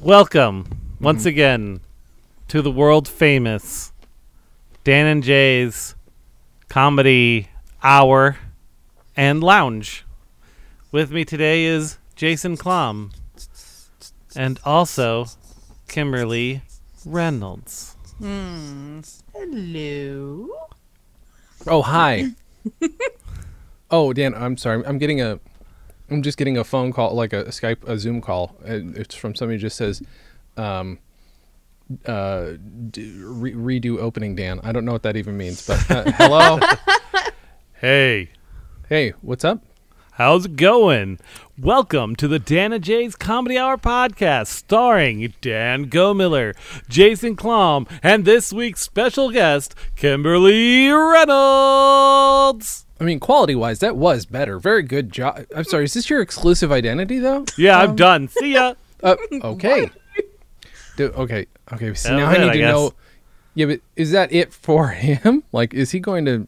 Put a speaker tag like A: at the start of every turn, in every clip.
A: Welcome once again to the world famous Dan and Jay's comedy hour and lounge. With me today is Jason Klom and also Kimberly Reynolds.
B: Hello.
C: Oh hi. oh Dan, I'm sorry. I'm getting a. I'm just getting a phone call, like a Skype, a Zoom call. Uh, It's from somebody who just says, um, uh, d- re- redo opening, Dan. I don't know what that even means, but uh, hello.
A: Hey,
C: hey, what's up?
A: how's it going? Welcome to the Dan and Jay's Comedy Hour podcast, starring Dan Gomiller, Jason Klom, and this week's special guest, Kimberly Reynolds.
C: I mean, quality wise, that was better. Very good job. I'm sorry. Is this your exclusive identity, though?
A: Yeah, I'm done. See ya.
C: Uh, okay. Do, okay. Okay. So
A: That
C: now
A: was
C: I
A: it,
C: need
A: I
C: to
A: guess.
C: know. Yeah, but is that it for him? Like, is he going to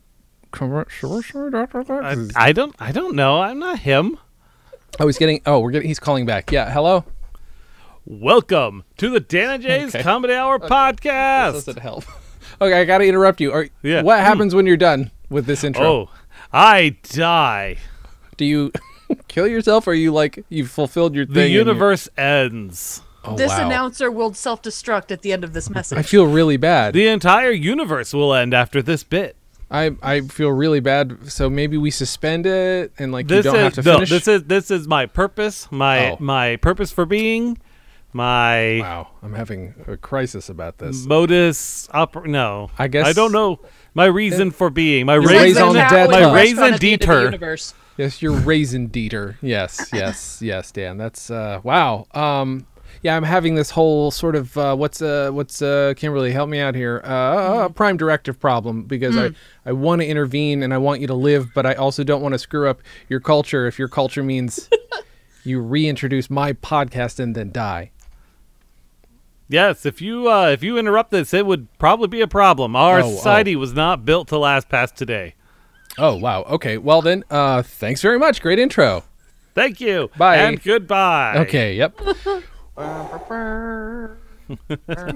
C: commercial?
A: I,
C: I,
A: I don't. I don't know. I'm not him.
C: oh, he's getting. Oh, we're getting. He's calling back. Yeah. Hello.
A: Welcome to the Dan and Jay's
C: Okay.
A: Comedy Hour
C: This
A: podcast.
C: doesn't help. Okay, I gotta interrupt you. Are,
A: Yeah.
C: What
A: Hmm.
C: happens when you're done with this intro?
A: Oh, I die.
C: Do you kill yourself, or are you like you've fulfilled your thing?
A: The
C: and you-
A: universe ends.
C: Oh,
B: this
C: wow.
B: announcer will self destruct at the end of this
C: I
B: message.
C: feel really bad.
A: The entire universe will end after this bit.
C: I I feel really bad. So maybe we suspend it and like
A: This
C: you don't have
A: is
C: to
A: no,
C: finish.
A: this is this is my purpose. My
C: Oh.
A: my purpose for being. My
C: wow, I'm having a crisis about this.
A: modus oper. No,
C: I guess-
A: I don't know. My reason for being. My
C: raise
A: raison.
C: on the
B: That's how
C: dead
B: it's
C: My
B: a
A: raison
B: restaurant at the end of the
A: d'etre.
B: universe.
C: Yes, you're raisin Dieter. Yes, yes, yes, Dan. That's uh wow. Um yeah, I'm having this whole sort of uh what's uh what's uh Kimberly, help me out here. Uh, uh prime directive problem because I I want to intervene and I want you to live, but I also don't want to screw up your culture if your culture means you reintroduce my podcast and then die.
A: Yes, if you uh, if you interrupt this, it would probably be a problem. Our
C: Oh, oh.
A: society was not built to last past today.
C: Oh, wow. Okay. Well then, uh thanks very much. Great intro.
A: Thank you.
C: Bye.
A: and goodbye.
C: Okay, yep.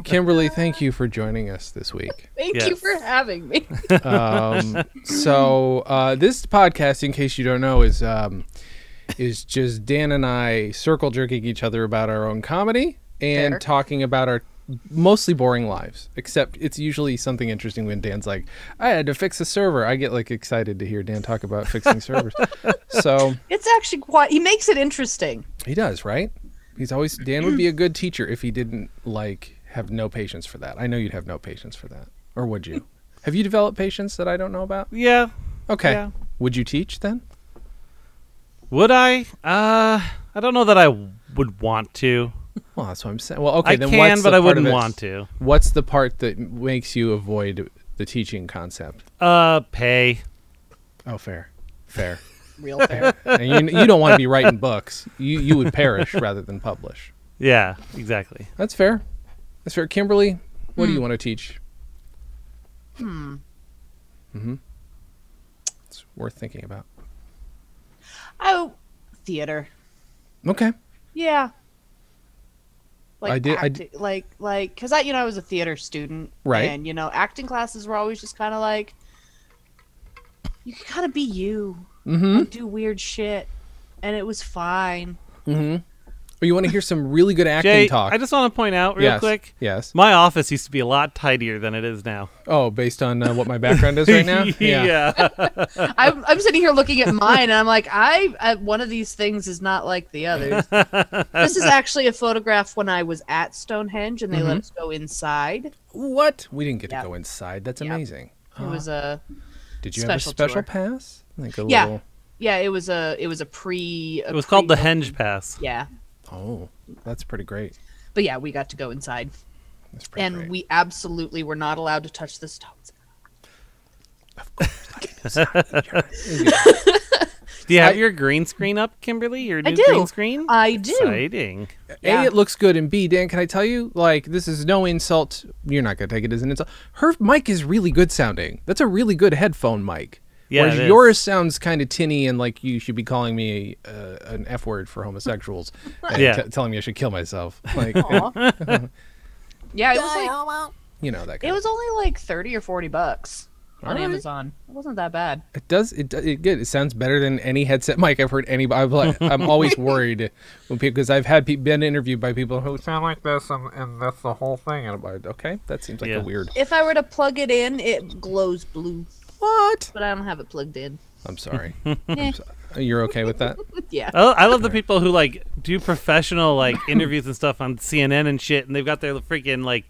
C: Kimberly, thank you for joining us this week.
B: Thank
A: Yes.
B: you for having me.
C: um, so uh, this podcast, in case you don't know, is um, is just Dan and I circle jerking each other about our own comedy and
B: Fair.
C: talking about our mostly boring lives. Except it's usually something interesting when Dan's like, "I had to fix a server." I get like excited to hear Dan talk about fixing servers. So
B: It's actually quite. He makes it interesting.
C: he does, right? He's always Dan would be a good teacher if he didn't like have no patience for that. I know you'd have no patience for that, or would you? have you developed patience that I don't know about?
A: Yeah.
C: Okay.
A: Yeah.
C: Would you teach then?
A: Would I? Uh, I don't know that I w- would want to.
C: Well, that's what I'm saying. Well, okay,
A: I
C: then
A: can,
C: what's
A: but
C: the
A: I
C: part of
A: wouldn't
C: it-
A: want to.
C: What's the part that makes you avoid the teaching concept?
A: Uh, pay.
C: Oh, fair, fair.
B: Real fair.
C: and you, you don't want to be writing books. You you would perish rather than publish.
A: Yeah, exactly.
C: That's fair. That's fair. Kimberly, what do you want to teach? Hmm. Hmm. It's worth thinking about.
B: oh, theater.
C: Okay.
B: Yeah. Like
C: I did- I
B: acti- like like because I you know I was a theater student.
C: Right.
B: And you know acting classes were always just kind of like. You could kind of be you.
C: Mm-hmm.
B: and Do weird shit, and it was fine.
C: Mm-hmm. Or you want to hear some really good acting
A: Jay,
C: talk?
A: I just want to point out real
C: yes.
A: quick.
C: Yes.
A: My office used to be a lot tidier than it is now.
C: Oh, based on uh, what my background is right now.
A: yeah.
B: I'm, I'm sitting here looking at mine, and I'm like, I, I one of these things is not like the others. this is actually a photograph when I was at Stonehenge, and they
A: Mm-hmm.
B: let us go inside.
C: What? We didn't get
B: Yeah.
C: to go inside. That's
B: Yeah.
C: amazing.
A: Ah,
B: It was a
C: Did you have a
B: special
C: special
B: tour.
C: pass? Like a
B: Yeah.
C: little.
B: yeah, it was a it was a pre.
A: It was called the Henge Pass.
B: yeah,
C: Oh, that's pretty great.
B: but yeah, we got to go inside,
C: That's pretty
B: and
C: great.
B: we absolutely were not allowed to touch the stones.
A: Do you have
C: I-
A: your green screen up, Kimberly? Your new
B: I do.
A: green screen?
D: Uh,
B: I
D: mm.
B: do.
A: Exciting.
B: Yeah.
C: A, it looks good, and B, Dan, can I tell you, like, this is no insult. You're not gonna take it as an insult. Her mic is really good sounding. That's a really good headphone mic.
A: Yeah,
C: Whereas
A: it is.
C: yours sounds kind of tinny and like you should be calling me uh, an F word for homosexuals and
A: Yeah.
C: t- telling me I should kill myself. Like,
D: Aw. yeah, it was like
C: you know, that kind
D: it
C: of
D: was only like thirty or forty bucks on
C: Alright.
D: Amazon. It wasn't that bad.
C: It does. It, do- it good. It sounds better than any headset mic I've heard. Any. I've, like, I'm always worried when people because I've had pe- been interviewed by people who sound like this, and, and that's the whole thing. And I'm like, okay, that seems like
A: Yeah.
C: a weird.
D: If I were to plug it in, it glows blue,
C: What?
D: but I don't have it plugged in.
C: I'm sorry. I'm so- you're okay with that?
D: yeah.
C: Oh.
A: I, Oh, I love the people who like do professional like interviews and stuff on CNN and shit, and they've got their freaking like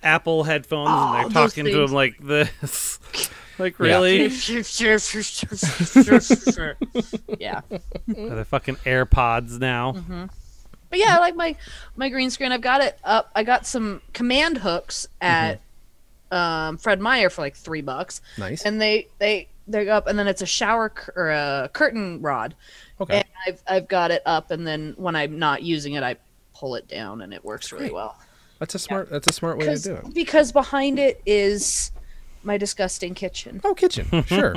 A: Apple headphones
D: Oh,
A: and they're
D: those
A: talking to
D: things.
A: them like this. like
C: Yeah.
A: really?
D: yeah.
A: Are they fucking AirPods now?
D: But yeah, I like my my green screen. I've got it up. I got some command hooks at um, Fred Meyer for like three bucks,
C: Mm-hmm. Nice.
D: and they they they go up, and then it's a shower cur- or a curtain rod,
C: Okay.
D: and I've I've got it up, and then when I'm not using it, I pull it down, and it works really
C: great.
D: well.
C: That's a smart. That's a smart way to
D: 'Cause-
C: do it.
D: because behind it is my disgusting kitchen.
C: Oh, kitchen. Sure.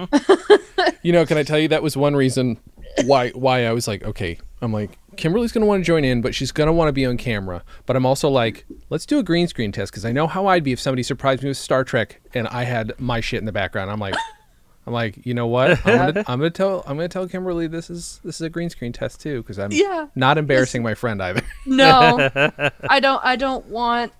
C: you know, can I tell you that was one reason why why I was like, okay, I'm like, Kimberly's gonna want to join in, but she's gonna want to be on camera. But I'm also like, let's do a green screen test because I know how I'd be if somebody surprised me with Star Trek and I had my shit in the background. I'm like, I'm like, you know what? I'm gonna, I'm gonna tell I'm gonna tell Kimberly this is this is a green screen test too because I'm
D: Yeah.
C: not embarrassing my friend either.
D: No, I don't. I don't want.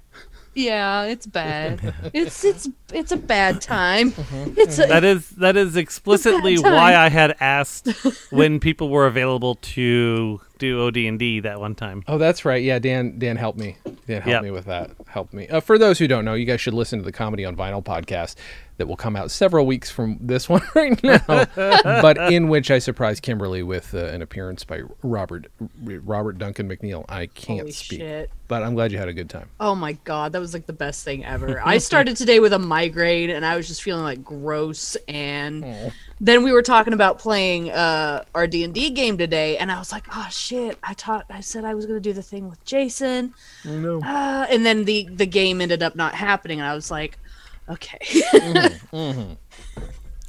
D: Yeah, it's bad. It's it's it's a bad time.
C: Mm-hmm.
D: It's a,
A: That is that is explicitly
D: time.
A: why I had asked when people were available to do OD and D that one time.
C: Oh, that's right. Yeah, Dan. Dan, help me. Dan, help
A: Yep.
C: me with that. Help me. Uh, for those who don't know, you guys should listen to the Comedy on Vinyl podcast that will come out several weeks from this one right now, but in which I surprised Kimberly with uh, an appearance by Robert Robert Duncan McNeil. I can't
D: Holy
C: speak,
D: shit.
C: but I'm glad you had a good time.
D: Oh my god, that was like the best thing ever. I started today with a migraine and I was just feeling like gross and then we were talking about playing uh our D&D game today and I was like, "Oh shit, I taught I said I was going to do the thing with Jason." No. Uh, and then the the game ended up not happening and I was like, "Okay."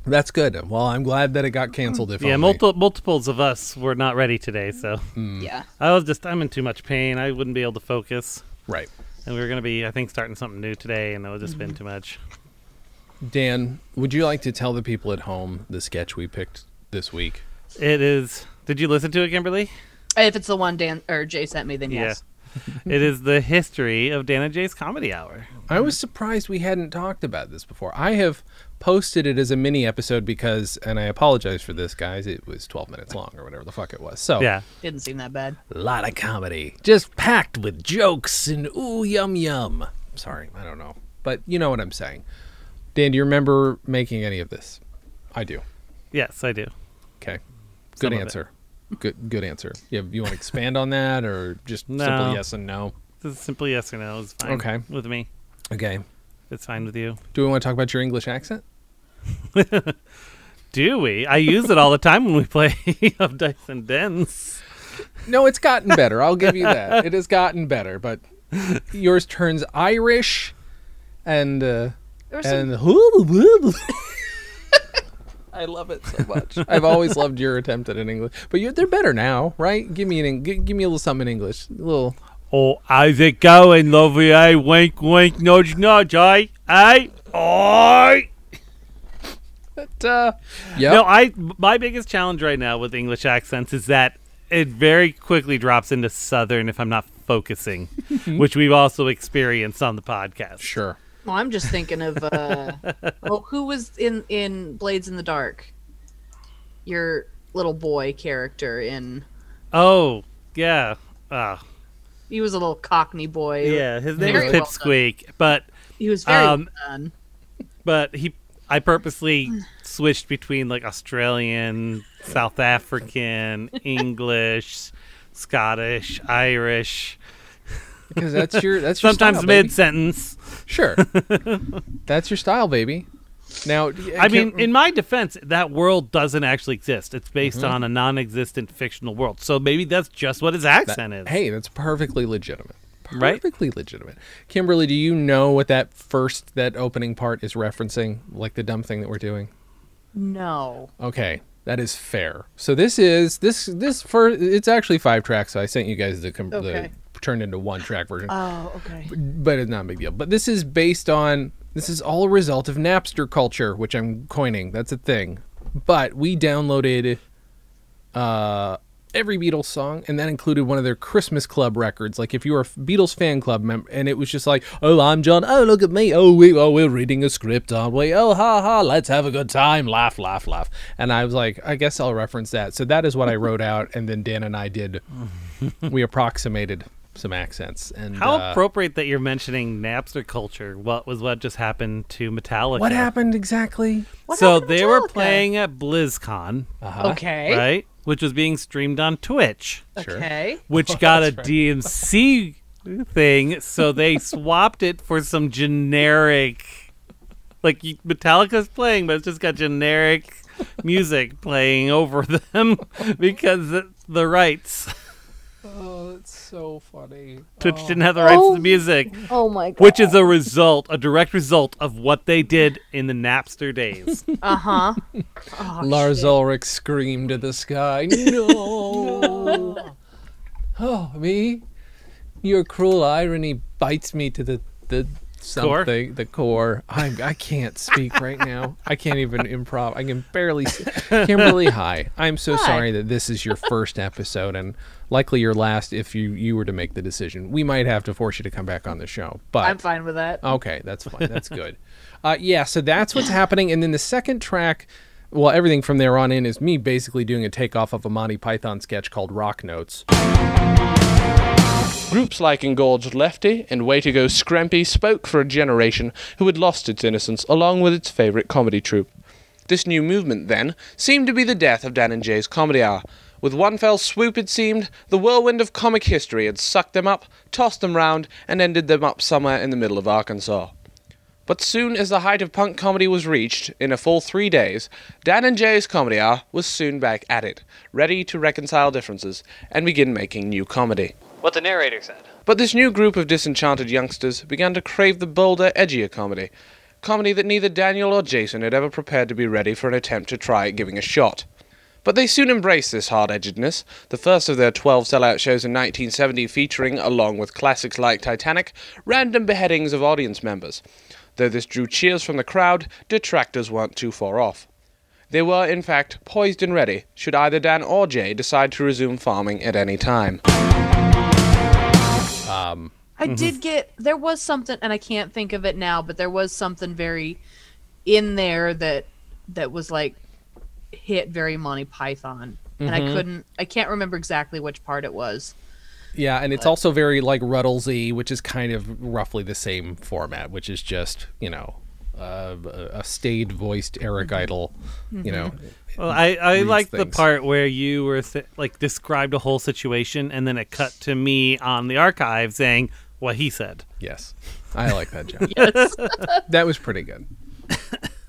C: That's good. Well, I'm glad that it got canceled. If
A: Yeah,
C: only.
A: multiple multiples of us were not ready today, so
C: Hmm.
D: yeah.
A: I was just I'm in too much pain. I wouldn't be able to focus.
C: Right,
A: And we were gonna be, I think, starting something new today, and it would just
D: Mm-hmm.
A: been too much.
C: Dan. Would you like to tell the people at home the sketch we picked this week?
A: It is. Did you listen to it, Kimberly?
D: If it's the one Dan or Jay sent me, then yes.
A: Yeah. it is the history of Dan and Jay's comedy hour.
C: I was surprised we hadn't talked about this before. I have posted it as a mini episode because, and I apologize for this, guys. It was 12 minutes long or whatever the fuck it was. So,
A: Yeah.
D: Didn't seem that bad.
C: a lot of comedy, just packed with jokes and ooh yum yum. Sorry, I don't know, but you know what I'm saying. Dan, do you remember making any of this? I do.
A: Yes, I do.
C: Okay,
A: Some
C: good
A: of it.
C: answer. Good, good answer. You, you want to expand on that or just
A: No.
C: simple yes and no?
A: This is simply yes or no is fine.
C: Okay.
A: With me,
C: Okay.
A: it's fine with you.
C: Do we want to talk about your English accent?
A: Do we? I use it all the time when we play of Dice and Dens.
C: No, it's gotten better. I'll give you that. It has gotten better, but yours turns Irish and uh,
D: There was some
C: and I love it so much. I've always loved your attempt at an English, but you they're better now, right? Give me an Eng- gi- give me a little something in English, a little.
A: Oh, how's it going, lovely? I wink, wink, nudge, nudge. I, I, I.
C: But, uh, yeah,
A: No, I. My biggest challenge right now with English accents is that it very quickly drops into Southern if I'm not focusing, which we've also experienced on the podcast.
C: sure.
D: Well, I'm just thinking of uh, well, who was in in Blades in the Dark? Your little boy character in
A: Oh, yeah. Uh,
D: he was a little Cockney boy.
A: yeah, his name is
D: Very well
A: Pipsqueak, but
D: he was very
A: Um,
D: well done.
A: but he I purposely switched between like Australian, South African, English, Scottish, Irish,
C: Because that's your that's your
A: sometimes
C: style, baby.
A: mid sentence.
C: Sure, that's your style, baby. Now,
A: I mean, in my defense, that world doesn't actually exist. It's based
C: Mm-hmm.
A: on a non-existent fictional world. So maybe that's just what his accent is.
C: Hey, that's perfectly legitimate.
A: Right?
C: Perfectly legitimate. Kimberly, do you know what that first that opening part is referencing? Like the dumb thing that we're doing?
B: No.
C: Okay, that is fair. So this is this this for it's actually five tracks. So I sent you guys the, com-
B: Okay.
C: the turned into one track version,
B: Oh, okay.
C: but it's not a big deal. But this is based on this is all a result of Napster culture, which I'm coining. That's a thing. But we downloaded uh, every Beatles song, and that included one of their Christmas Club records. Like if you were a Beatles fan club member, and it was just like, oh, I'm John. Oh, look at me. Oh, we oh we're reading a script, aren't we? Oh, ha ha. Let's have a good time. Laugh, laugh, laugh. And I was like, I guess I'll reference that. So that is what I wrote out, and then Dan and I did. we approximated some accents and
A: How
C: uh,
A: appropriate that you're mentioning Napster culture. What was what just happened to Metallica?
C: what happened exactly?
B: What
A: so
B: happened to
A: they were
B: Metallica?
A: playing at BlizzCon,
B: Okay.
A: right? Which was being streamed on Twitch,
C: Sure.
B: Okay.
A: which got a DMC thing. So they swapped it for some generic, like you- Metallica's playing, but it's just got generic music playing over them because the- the rights.
C: Oh, that's so funny.
A: Twitch didn't have the rights to
D: Oh.
A: the music.
D: Oh my god.
A: which is a result, a direct result of what they did in the Napster days.
B: Uh huh.
C: Oh, Lars Ulrich screamed to the sky, "No! oh, me! Your cruel irony bites me to the the something, the core. I'm I can't speak right now. I can't even improv. I can barely. s- Kimberly, hi. I'm so sorry that this is your first episode and likely your last if you you were to make the decision. We might have to force you to come back on the show, but
B: I'm fine with that.
C: Okay, that's fine. That's good. Uh, yeah, so that's what's happening. And then the second track, well, everything from there on in is me basically doing a takeoff of a Monty Python sketch called Rock Notes. Groups like Engorged Lefty and Way to Go Scrampy spoke for a generation who had lost its innocence along with its favorite comedy troupe. This new movement, then, seemed to be the death of Dan and Jay's Comedy Hour. With one fell swoop, it seemed, the whirlwind of comic history had sucked them up, tossed them round, and ended them up somewhere in the middle of Arkansas. But soon as the height of punk comedy was reached, in a full three days, Dan and Jay's Comedy Hour was soon back at it, ready to reconcile differences and begin making new comedy.
E: What the narrator said.
C: But this new group of disenchanted youngsters began to crave the bolder, edgier comedy. Comedy that neither Daniel or Jason had ever prepared to be ready for an attempt to try at giving a shot. But they soon embraced this hard edgedness, the first of their 12 sellout shows in 1970 featuring, along with classics like Titanic, random beheadings of audience members. Though this drew cheers from the crowd, detractors weren't too far off. They were, in fact, poised and ready, should either Dan or Jay decide to resume farming at any time.
B: I
A: Mm-hmm.
B: did get there was something and I can't think of it now, but there was something very in there that that was like hit very Monty Python. And I
A: Mm-hmm.
B: couldn't I can't remember exactly which part it was.
C: Yeah, and it's also very like Ruddlesy, which is kind of roughly the same format, which is just you know uh, a staid voiced Eric Idle, you know.
A: Well, I, I
C: Reads
A: like the
C: things.
A: part where you were th- like described a whole situation, and then it cut to me on the archive saying what he said.
C: Yes, I like that job. that was pretty good.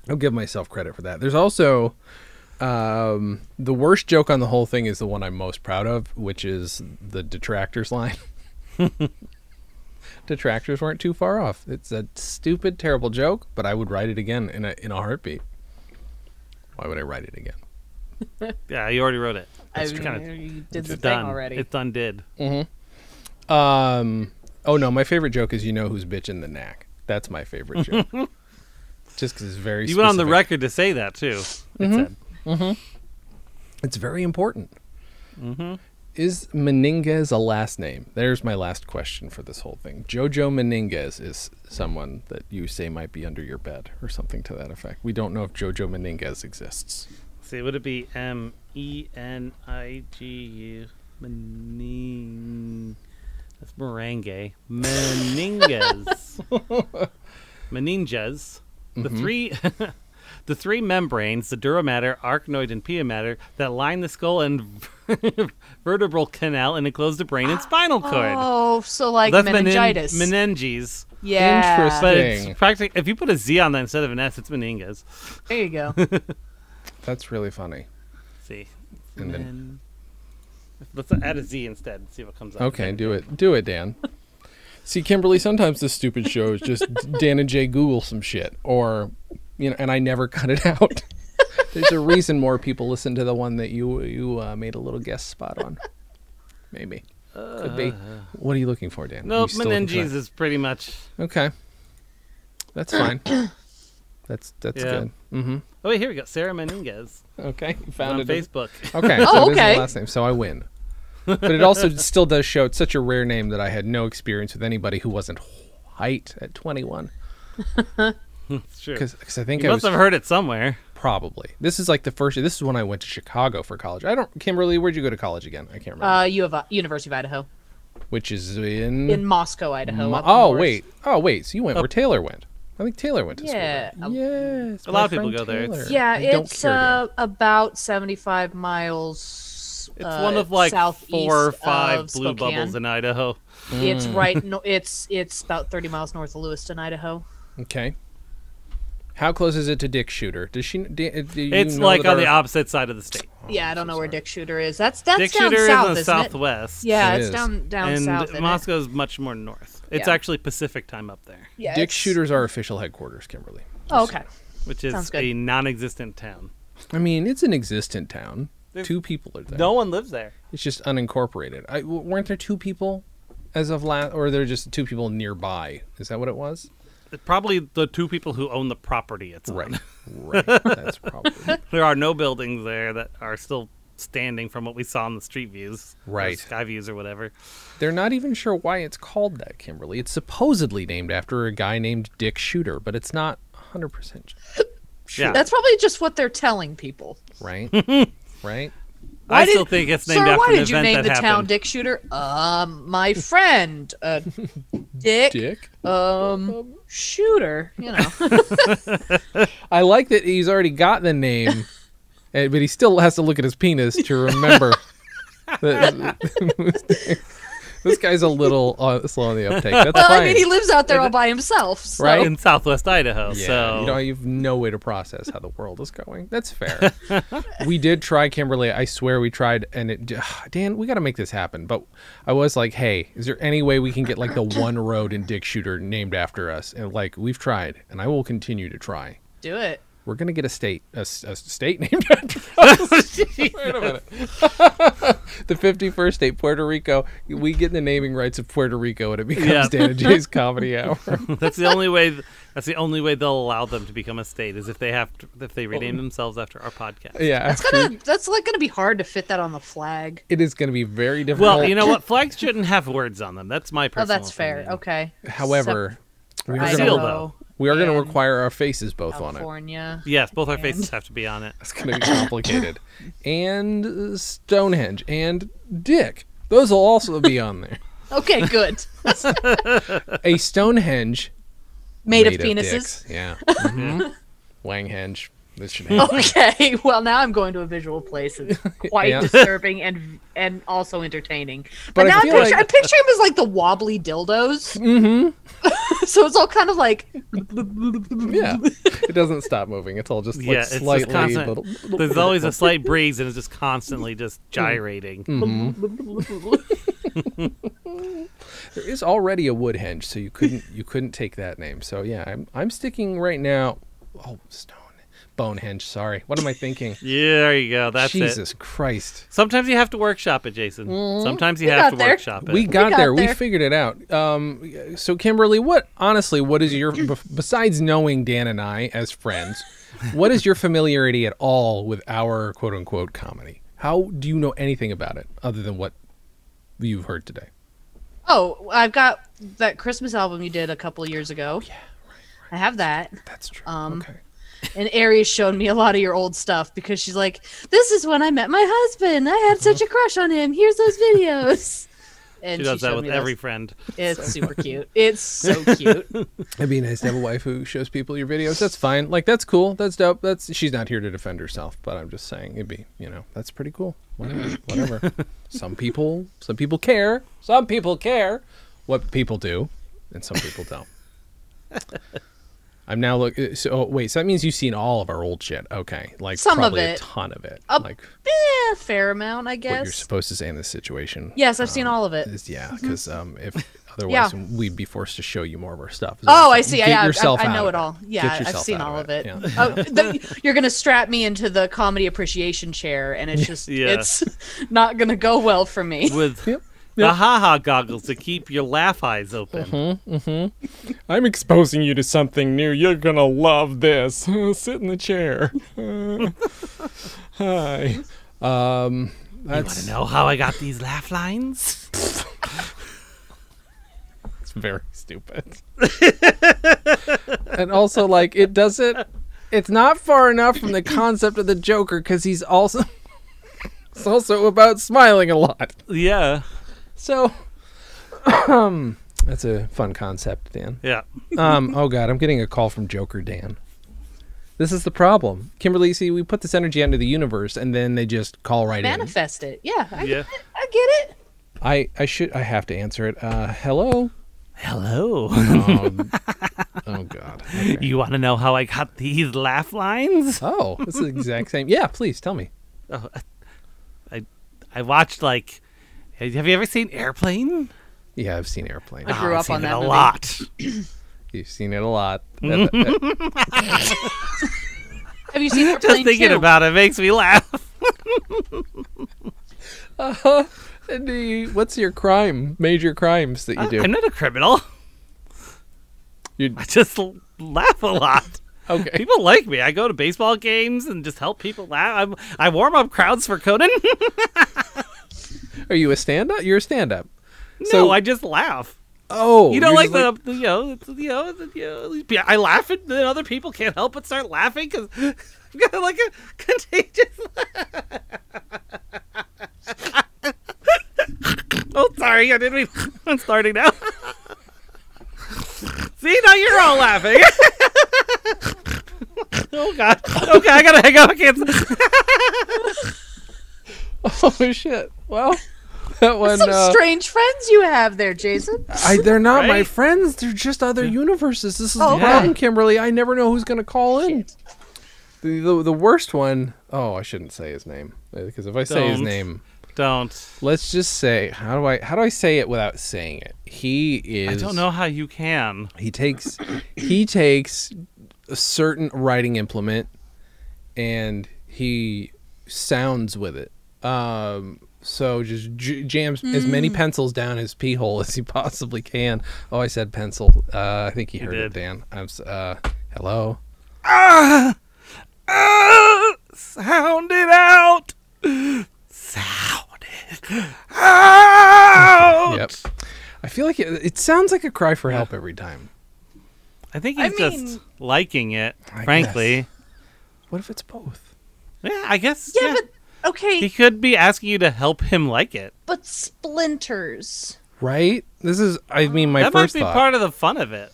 C: I'll give myself credit for that. There's also um, the worst joke on the whole thing is the one I'm most proud of, which is the detractors line. detractors weren't too far off. It's a stupid, terrible joke, but I would write it again in a in a heartbeat. Why would I write it again?
A: Yeah, you already wrote it.
B: I
A: It's kinda-
B: you did
A: it's
B: the
A: done
B: thing already.
A: It's done. Did
C: Um. Oh no, my favorite joke is you know who's bitching the knack. That's my favorite joke. Just because it's very.
A: you went on the
C: specific.
A: record to say that too?
B: Mm-hmm.
A: It said.
C: It's very important. Is Meninguez a last name? There's my last question for this whole thing. Jojo Meninguez is someone that you say might be under your bed or something to that effect. We don't know if Jojo Meninguez exists.
A: See, would it be M E N I G U Mening? That's merengue. Meninges. Meninges. The
B: Mm-hmm.
A: three. The three membranes, the dura mater, arachnoid, and pia mater, that line the skull and vertebral canal and enclose the brain and spinal cord.
B: Oh, so like
A: That's menin-
B: meningitis.
A: meninges.
B: yeah.
C: Interesting.
A: But it's
C: Dang.
A: practically, if you put a Z on that instead of an S, it's meninges.
B: There you go.
C: That's really funny.
A: See.
C: And then,
A: Men- Let's add a Z instead and see what comes up.
C: okay, do it, do it, Dan. See, Kimberly, sometimes this stupid show is just Dan and Jay Google some shit, or you know, and I never cut it out. There's a reason more people listen to the one that you you uh, made a little guest spot on. Maybe. Could be. What are you looking for, Dan?
A: Uh, Nope,
C: You still looking for
A: Meninges is pretty much.
C: that? Okay. That's fine. that's that's
A: Yeah.
C: good. Mm-hmm.
A: Oh wait, here we go. Sarah Meninges
C: Okay. you
A: on
C: Found it.
A: Facebook.
C: Okay.
D: Oh,
C: so it is my
D: okay.
C: last name, so I win. But it also still does show it's such a rare name that I had no experience with anybody who wasn't white at 21.
A: Sure.
C: Because I think
A: You
C: I
A: must
C: was
A: have heard it somewhere.
C: probably. This is like the first. This is when I went to Chicago for college. I don't. Kimberly, where'd you go to college again? I can't remember.
D: Uh, U of I- University of Idaho
C: Which is in.
A: Mm.
D: in Moscow, Idaho.
C: Mo-
D: up
C: oh
D: north.
C: wait. Oh wait. So you went where Taylor went. I think Taylor went to
D: Yeah.
C: school.
D: um,
C: there. Yes.
A: A
C: my
A: lot of people
C: friend
A: go there. It's-
C: Taylor.
D: Yeah,
C: I don't
D: it's
C: care, Dan.
D: uh, about 75 miles.
A: It's
B: uh,
A: one of like
D: Uh, southeast
A: four or five
D: of
A: blue
D: Spokane.
A: bubbles in Idaho.
D: It's
A: Mm.
D: right. No, it's it's about 30 miles north of Lewiston, Idaho.
A: Oh,
C: Okay. How close is it to Dick Shooter? Does she? Do, do you
A: It's
C: know
A: like
C: that
A: on the
C: our-
A: opposite side of the state.
D: yeah, I don't know where Dick Shooter is. That's that's
A: Dick
D: down
A: Shooter
D: south,
A: is in the
D: isn't it?
A: southwest.
D: Yeah,
C: It
D: it's
C: is.
D: down down
A: and
D: south. isn't it?
A: Moscow is much more north. It's
D: Yeah.
A: actually Pacific time up there,
D: Yeah,
C: Dick
D: it's-
C: Shooter's our official headquarters, Kimberly.
D: Oh, okay.
A: which is
D: Sounds good.
A: a non-existent town.
C: I mean, it's an existent town.
A: There's-
C: two people are there.
A: No one lives there.
C: It's just unincorporated. I, w- weren't there two people as of last, or there just two people nearby? Is that what it was?
A: Probably the two people who own the property it's on.
C: Right. right. That's probably
A: There are no buildings there that are still standing from what we saw in the street views, or
C: Right.
A: sky views, or whatever.
C: They're not even sure why it's called that, Kimberly. It's supposedly named after a guy named Dick Shooter, but it's not 100%
A: Yeah,
D: That's probably just what they're telling people.
C: right. right?
A: I
D: Why
A: still
D: did-
A: think it's named
D: Sir,
A: after
D: why
A: an
D: did you
A: event
D: name
A: that
D: the town
A: happened.
D: Dick Shooter? Um, my friend, uh, Dick,
C: Dick?
D: um, Shooter. You know,
C: I like that he's already got the name, eh, but he still has to look at his penis to remember. that- this guy's a little uh, slow on the uptake. That's
D: well,
C: fine.
D: I mean, he lives out there all by himself. So.
C: Right?
A: in Southwest Idaho.
C: Yeah,
A: so
C: you know, you've no way to process how the world is going. That's fair. we did try Kimberly. I swear we tried, and it. Dan, we got to make this happen. But I was like, hey, is there any way we can get like the one road in Dick Shooter named after us? And like, we've tried, and I will continue to try.
D: Do it.
C: We're gonna get a state, a, s- a state named after us. Wait a minute. the fifty-first state, Puerto Rico. We get the naming rights of Puerto Rico, and it becomes
A: Yeah.
C: Dan and Jay's Comedy Hour.
A: That's the only way. That's the only way they'll allow them to become a state is if they have to, if they
C: Oh.
A: rename themselves after our podcast.
C: yeah,
D: It's gonna. That's like gonna be hard to fit that on the flag. Oh,
C: it is gonna be very difficult.
A: Well, you know what? Flags shouldn't have words on them. That's my
D: Oh,
A: personal.
D: that's fair.
A: opinion.
D: Okay.
C: However, we are,
A: Idaho
C: gonna,
A: Still,
C: re-
A: though.
C: we are gonna
D: and
C: require our faces both on it.
D: California.
A: Yes, both our faces
D: And-
A: have to be on it.
C: It's gonna be complicated. and uh, Stonehenge and Dick. Those will also be on there.
D: Okay, good.
C: A Stonehenge
D: Made, of
C: dicks.
D: penises.
C: Yeah. Mhm. Wanghenge. This should happen.
D: Okay. Well, now I'm going to a visual place. It's quite
C: Yeah.
D: disturbing and and also entertaining. But,
C: But I
D: now I
C: feel
D: picture,
C: like-
D: I picture him as like the wobbly dildos. Mm-hmm. so it's all kind of like
C: Yeah, it doesn't stop moving. It's all just like
A: Um. yeah, it's
C: slightly
A: just constant.
C: little. Mm-hmm.
A: there's always a slight breeze, and it's just constantly just gyrating.
C: There is already a Woodhenge, so you couldn't you couldn't take that name. So yeah, I'm I'm sticking right now. Oh, stone bonehenge. Sorry, what am I thinking?
A: Yeah, there you go. That's it.
C: Jesus Mm-hmm. Christ.
A: Sometimes you have to workshop it, Jason. Sometimes you
D: We
A: have
D: got
A: to
D: there.
A: workshop it.
C: We got,
D: got
C: there. We
D: there.
C: figured it out. Um, so Kimberly, what honestly, what is your bef- besides knowing Dan and I as friends, what is your familiarity at all with our quote unquote comedy? How do you know anything about it other than what you've heard today?
D: oh, I've got that Christmas album you did a couple of years ago. Yeah, I have that.
C: That's true.
D: Um,
C: okay.
D: And Ari's shown me a lot of your old stuff because she's like, "This is when I met my husband. I had such a crush on him. Here's those videos." And
A: she does that
D: showed
A: with
D: me
A: every
D: those.
A: friend.
D: It's super cute. It's so cute.
C: It'd be nice to have a wife who shows people your videos. That's fine. Like that's cool. That's dope. That's she's not here to defend herself, but I'm just saying it'd be you know that's pretty cool. Whatever. Whatever. some people, some people care. Some people care what people do, and some people don't. I'm now look. So oh, wait. So that means you've seen all of our old shit. Okay. Like
D: Some of
C: probably a
D: it.
C: ton of it.
D: A
C: like
D: eh, fair amount, I
C: what you're
D: guess.
C: supposed to say in this situation.
D: Yes, I've seen all of it.
C: Is, yeah, because um, if Otherwise,
D: Mm-hmm. Yeah.
C: we'd be forced to show you more of our stuff. So
D: Oh, I
C: it's like,
D: see.
C: Get
D: I, I,
C: yourself
D: I,
C: out
D: I know
C: of
D: it all.
C: Get
D: Yeah, I've
C: yourself
D: seen
C: out
D: all of it.
C: Yeah.
D: Oh, the, you're gonna strap me into the comedy appreciation chair, and it's just
A: Yeah.
D: it's not gonna go well for me.
A: with
C: Yep. Mm-hmm.
A: the haha goggles to keep your laugh eyes open.
C: I'm exposing you to something new. You're gonna love this. Sit in the chair. Uh, hi. Um,
A: You want
C: that's
A: to know how I got these laugh lines?
C: it's very stupid. and also, like, it doesn't. It's not far enough from the concept of the Joker because he's also. it's also about smiling a lot.
A: Yeah,
C: So. that's a fun concept, Dan.
A: yeah.
C: um, oh god, I'm getting a call from Joker Dan. This is the problem, Kimberly. See, we put this energy into the universe, and then they just call right in.
D: Manifest it. Yeah. I,
A: Yeah.
D: I get it.
C: I I should I have to answer it. Uh, hello.
A: Hello.
C: Um, oh god. Okay.
A: you want to know how I got these laugh lines?
C: Oh, this is the exact same. Yeah, please tell me.
A: I watched like. Have you ever seen Airplane?
C: Yeah, I've seen Airplane.
D: I grew
A: Oh, I've
D: up
A: seen it
D: on that
A: a
D: movie.
A: lot.
C: You've seen it a lot. That- that-
D: Have you seen
A: Just thinking about it makes me laugh.
C: that- do you- what's your crime? Major crimes that you do?
A: I'm not a criminal.
C: You-
A: I just l- laugh a lot.
C: okay.
A: People like me. I go to baseball games and just help people laugh. I'm, I warm up crowds for Conan.
C: Are you a stand-up? You're a stand-up.
A: no,
C: So-
A: I just laugh.
C: Oh,
A: you know,
C: you're
A: like,
C: just
A: the you know, it's- you know, it's- you know, yeah, I laugh at then other people can't help but start laughing because I've got like a contagious. oh, sorry, I didn't. Mean, I'm starting now. See, now you're all laughing. oh God. Okay, I gotta hang up. I can't.
C: Oh shit! Well, that one.
D: some
C: uh,
D: strange friends you have there, Jason.
C: I, they're not my
A: Right?
C: friends. They're just other universes. This is
D: Oh,
C: the
D: okay.
C: problem, Kimberly. I never know who's gonna call in. The, the the worst one. Oh, I shouldn't say his name because if I say his
A: Don't.
C: name,
A: Don't.
C: let's just say how do I how do I say it without saying it? He is.
A: I don't know how you can.
C: He takes he takes a certain writing implement and he sounds with it. Um so just j- jams as many
D: Mm.
C: pencils down his pee hole as he possibly can. Oh, I said pencil. Uh, I think he heard
A: did.
C: it, Dan. I'm s- uh hello.
A: Ah, sound it out. Sound it out.
C: Yep. I feel like it, it sounds like a cry for help every time.
A: I think
D: I
A: he's just
D: mean-
A: liking it,
C: I
A: frankly.
C: What if it's both?
A: Yeah, I guess.
D: Yeah, but
A: he
D: okay,
A: could be asking you to help him like it.
D: but splinters.
C: Right? This is I mean my
A: that might
C: first
A: be
C: thought.
A: part of the fun of it.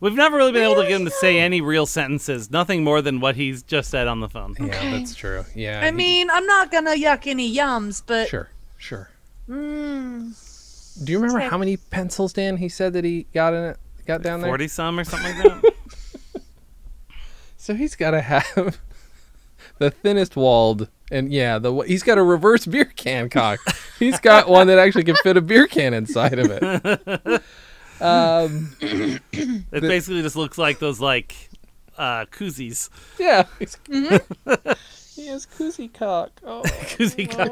A: We've never really been able to get him to say any real sentences, nothing more than what he's just said on the phone.
C: yeah,
D: Okay.
C: that's true. Yeah.
D: I
C: he-
D: mean, I'm not gonna yuck any yums, but
C: sure. Sure.
D: mm,
C: Do you remember
D: Okay.
C: how many pencils, Dan? He said that he got in it, got down there.
A: 40 some or something like that.
C: So he's got to have the thinnest walled, and yeah, the he's got a reverse beer can cock. he's got one that actually can fit a beer can inside of it. Um,
A: It basically just looks like those, like, uh, koozies.
C: yeah. he's-
D: Mm-hmm.
C: he has koozie cock. Oh,
A: Koozie cock.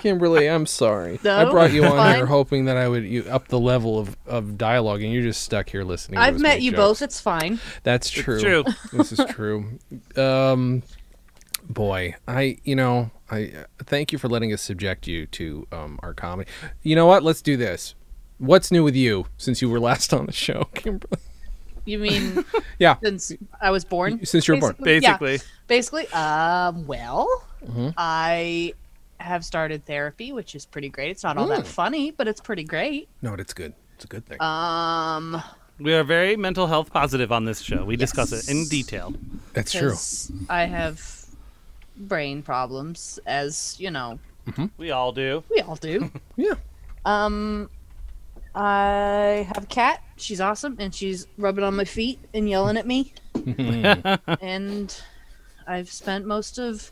C: Kimberly, I'm sorry. I
D: No,
C: brought you on
D: fine.
C: here hoping that I would you up the level of, of dialogue, and you're just stuck here listening. to
D: I've
C: us
D: met
C: make
D: you
C: jokes.
D: both. It's fine.
C: That's true.
A: true.
C: this is true. Um, boy, I you know I uh, thank you for letting us subject you to um, our comedy. You know what? Let's do this. What's new with you since you were last on the show, Kimberly?
D: You mean
C: Yeah,
D: since I was born?
C: since you were born.
D: Yeah.
A: Basically.
D: Basically, um, well,
C: Mm-hmm.
D: I have started therapy, which is pretty great. It's not all
C: Mm.
D: that funny, but it's pretty great.
C: No, it's good. It's a good thing.
D: Um,
A: We are very mental health positive on this show. We discuss it in detail.
C: That's true.
D: 'cause I have brain problems, as you know,
A: We all do.
D: we all do.
C: Yeah.
D: um, I have a cat. She's awesome, and she's rubbing on my feet and yelling at me. and I've spent most of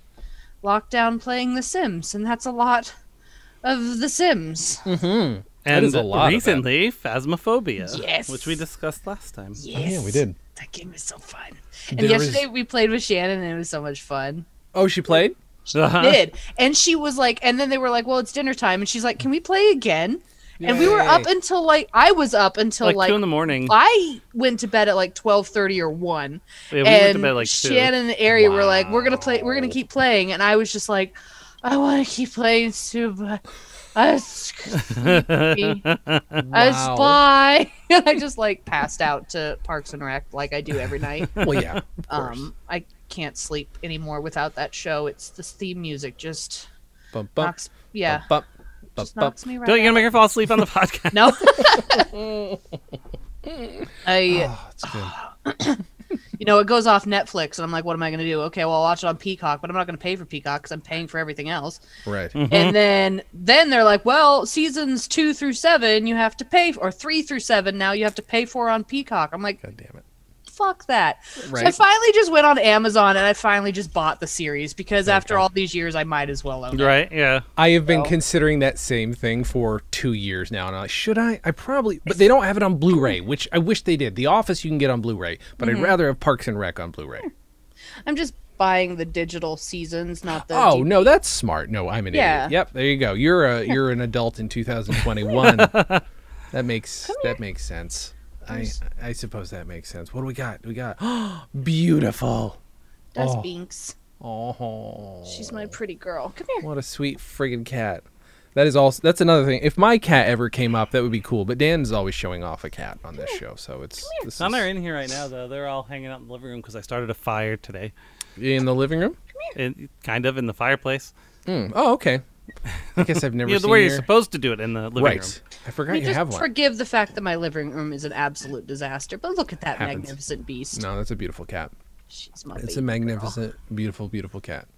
D: lockdown playing The Sims, and that's a lot of The Sims.
C: Oh,
A: And
C: is a lot of
A: recently, Phasmophobia.
D: Yes.
A: Which we discussed last time.
D: Yes.
C: Yeah, we did.
D: That game is so fun. And
C: There is-
D: yesterday we played with Shannon and it was so much fun.
C: Oh, she played.
A: Uh-huh.
D: Did. And she was like, and then they were like, well, it's dinner time. And she's like, can we play again? And we were
C: Yay.
D: up until like, I was up until
A: Like,
D: like,
A: two in the morning.
D: I went to bed at like 12:30 or 1.
A: Yeah, we
D: and
A: went to bed like two.
D: Shannon and Ari were like, "We're going to play we're going to keep playing." And I was just like, "I want to keep playing uh, Suba. I a spy." And I just like passed out to Parks and Rec like I do every night.
C: Well, yeah. of course.
D: um I can't sleep anymore without that show. It's this theme music just
C: Bump, bump,
D: knocks yeah,
C: bump, bump,
D: just
C: bump.
D: knocks me right.
A: Don't you
D: out.
A: gonna make her fall asleep on the podcast?
D: No. I
A: Ah.
C: Oh, it's good.
D: you know, it goes off Netflix, and I'm like, what am I going to do? Okay, well, I'll watch it on Peacock, but I'm not going to pay for Peacock because I'm paying for everything else.
C: Right.
D: And then, then they're like, well, seasons two through seven, you have to pay, or three through seven, now you have to pay for on Peacock. I'm like,
C: God damn it.
D: fuck that. So I
C: Right.
D: finally just went on Amazon and I finally just bought the series because after all these years, I might as well own it.
A: Right? Yeah.
C: I have been considering that same thing for two years now, and I'm like, should I? I probably, but they don't have it on Blu-ray, which I wish they did. The Office you can get on Blu-ray, but I'd rather have Parks and Rec on Blu-ray.
D: I'm just buying the digital seasons, not the.
C: Oh
D: DVD.
C: no, that's smart. No, I'm an
D: Yeah.
C: idiot. Yep, there you go. You're a you're an adult in 2021. that makes that makes sense. I I suppose that makes sense. What do we got? We got beautiful.
D: That's
C: Oh.
D: Binks.
C: Oh,
D: She's my pretty girl. Come here.
C: what a sweet friggin' cat. That is also that's another thing. If my cat ever came up, that would be cool. But Dan is always showing off a cat on this show, so it's this
A: None
C: is-
A: are in here right now though. They're all hanging out in the living room because I started a fire today,
C: in the living room.
A: in, kind of in the fireplace.
C: Hmm. Oh, okay. I guess I've never
A: You know the
C: seen
A: way
C: your-
A: you're supposed to do it in the living
C: right.
A: room.
C: I forgot
D: We
C: you
D: just
C: have one.
D: forgive the fact that my living room is an absolute disaster, but look at that
C: Happens.
D: magnificent beast.
C: No, that's a beautiful cat.
D: She's my
C: It's
D: baby
C: a
D: girl.
C: magnificent, beautiful, beautiful cat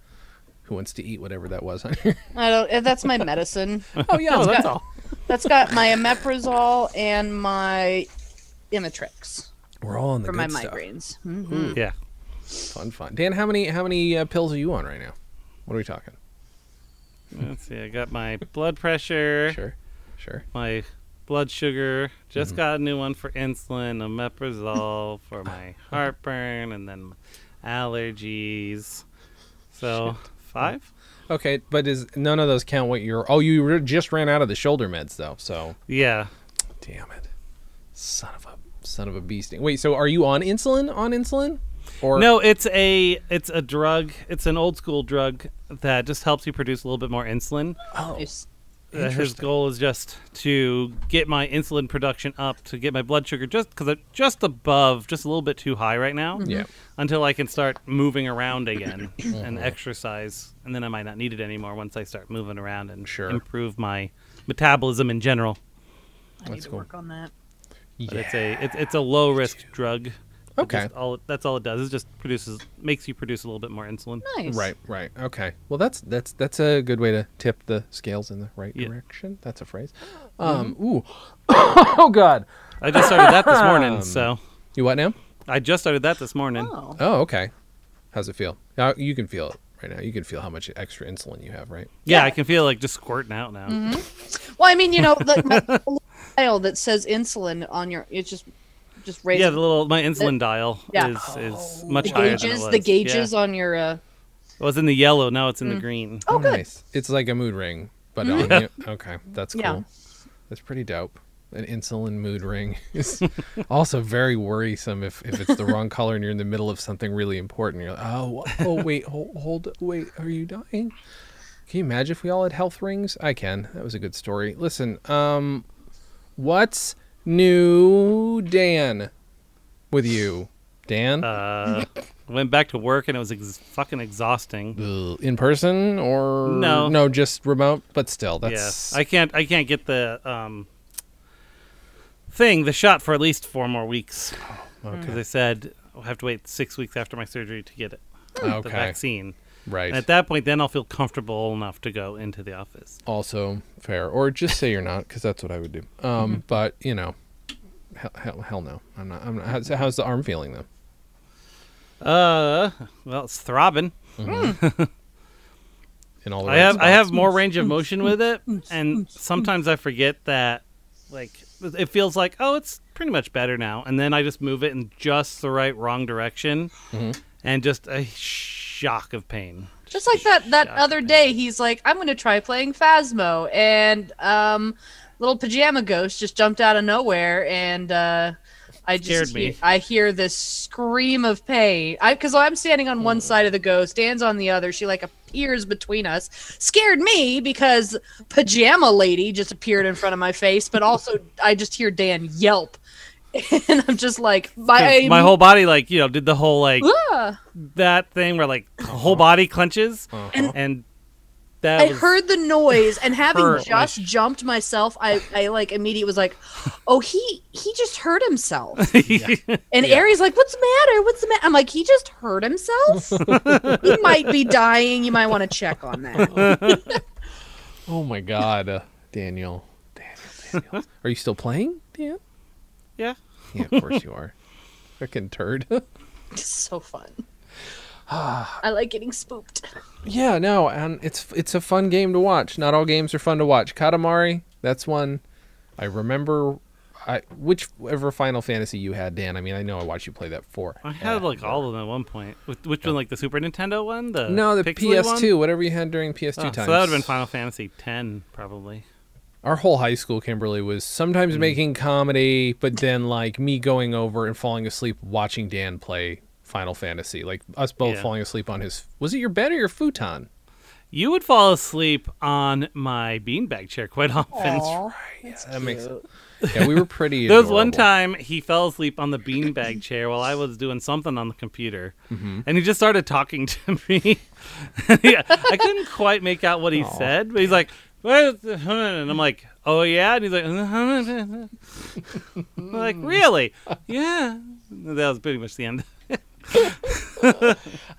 C: who wants to eat whatever that was on here.
D: I don't. uh, That's my medicine.
C: oh yeah,
A: Oh, that's all.
D: that's got my omeprazole and my Imitrex
C: we're all on the
D: for
C: good
D: my
C: stuff.
D: migraines. Mhm.
A: Yeah.
C: Fun, fun. Dan, how many how many uh, pills are you on right now? What are we talking?
D: Hmm.
A: Let's see. I got my blood pressure,
C: Sure, sure.
A: my blood sugar. Just got a new one for insulin, omeprazole for my heartburn, and then allergies. So five.
C: Okay, but is none of those count what you're? Oh, you re- just ran out of the shoulder meds though. So
A: Yeah.
C: damn it, son of a son of a beasting. Wait, so are you on insulin? On insulin? Or
A: No, it's a it's a drug. It's an old school drug that just helps you produce a little bit more insulin.
D: Nice.
A: Uh, his goal is just to get my insulin production up to get my blood sugar just because I'm just above, just a little bit too high right now.
C: Yeah.
A: Until I can start moving around again and
C: Uh-huh.
A: exercise, and then I might not need it anymore once I start moving around and
C: Sure.
A: improve my metabolism in general.
D: I need to
C: cool.
D: work on that.
A: But it's a it's, it's a low risk drug. It
C: Okay.
A: just all that's all it does is just produces makes you produce a little bit more insulin.
D: Nice.
C: Right, right. Okay. Well, that's that's that's a good way to tip the scales in the right
A: Yeah.
C: direction. That's a phrase. Um, ooh. oh god.
A: I just started that this morning, so
C: You what now?
A: I just started that this morning.
D: Oh.
C: Oh, okay. How's it feel? Now you can feel it right now. You can feel how much extra insulin you have, right?
A: Yeah, I can feel like just squirting out now.
D: Well, I mean, you know, like my little dial that says insulin on your. It's just, just raises.
A: Yeah, the little my insulin dial
D: yeah. Oh.
A: is is much
D: the
A: higher than it
D: gauges,
A: was.
D: the gauges
A: Yeah.
D: on your. Uh,
A: It was in the yellow. Now it's in the green.
D: oh, good.
C: Nice. It's like a mood ring, but on you. Okay, that's cool.
D: Yeah.
C: That's pretty dope. An insulin mood ring is also very worrisome if, if it's the wrong color and you're in the middle of something really important. You're like, oh, oh, wait, hold, hold, wait, are you dying? Can you imagine if we all had health rings? I can. That was a good story. Listen, um, what's new, Dan, with you, Dan?
A: Uh, went back to work and it was ex- fucking exhausting.
C: Ugh, in person or
A: No.
C: no, just remote, but still,
A: Yeah,
C: that's
A: I can't I can't get the um thing the shot for at least four more weeks because
C: Oh, okay.
A: they said "Oh, I have to wait six weeks after my surgery to get it the
C: okay,
A: vaccine.
C: right.
A: And at that point, then I'll feel comfortable enough to go into the office.
C: also fair or just say you're not because that's what i would do um but you know hell, hell, hell no i'm not i'm not how's, how's the arm feeling though
A: Uh, well, it's throbbing.
C: in all the
A: I
C: right
A: have I
C: spots.
A: have more range of motion with it, and sometimes I forget that. Like it feels like oh, it's pretty much better now, and then I just move it in just the right wrong direction,
C: Mm-hmm.
A: and just a shock of pain.
D: Just like that that
A: Shocker.
D: other day, he's like, "I'm gonna try playing Phasmo," and um, little pajama ghost just jumped out of nowhere, and uh, I
A: Scared
D: just
A: me.
D: he- I hear this scream of pain. I because I'm standing on
A: Hmm.
D: one side of the ghost, Dan's on the other. She like appears between us, scared me because pajama lady just appeared in front of my face, but also I just hear Dan yelp, and I'm just like,
A: 'Cause
D: my
A: My whole body, like you know, did the whole like
D: Ah.
A: that thing where like the whole body clenches,
C: Uh-huh.
A: and that
D: I
A: was,
D: heard the noise, and having
A: Hurt,
D: just jumped myself, I, I like immediately was like, "Oh, he he just hurt himself." And
C: Yeah.
D: Aries like, "What's the matter? What's the matter?" I'm like, "He just hurt himself. he might be dying. You might want to check on that."
C: Oh my God, uh, Daniel, Daniel, Daniel, are you still playing, Dan?
A: yeah.
C: Yeah, of course you are. Frickin' turd.
D: It's so fun. I like getting spooked.
C: yeah, no, and it's it's a fun game to watch. Not all games are fun to watch. Katamari, that's one I remember. I whichever Final Fantasy you had, Dan. I mean, I know I watched you play that four.
A: I had like all of them at one point. Which, which one, like the Super Nintendo one? The
C: No, the
A: pixely one?
C: PS2, whatever you had during PS2
A: Oh,
C: times.
A: so that would have been Final Fantasy ten probably.
C: Our whole high school, Kimberly, was sometimes
A: Mm-hmm.
C: making comedy, but then like me going over and falling asleep watching Dan play Final Fantasy. Like us both
A: Yeah.
C: falling asleep on his. Was it your bed or your futon?
A: You would fall asleep on my beanbag chair quite often.
C: that makes Yeah, we were pretty.
A: There was one
C: adorable.
A: time he fell asleep on the beanbag chair while I was doing something on the computer,
C: Mm-hmm.
A: and he just started talking to me. yeah, I couldn't quite make out what he said, but he's like, "What?" the-" and I'm like, "Oh yeah," and he's like, I'm "Like really? Yeah." That was pretty much the end.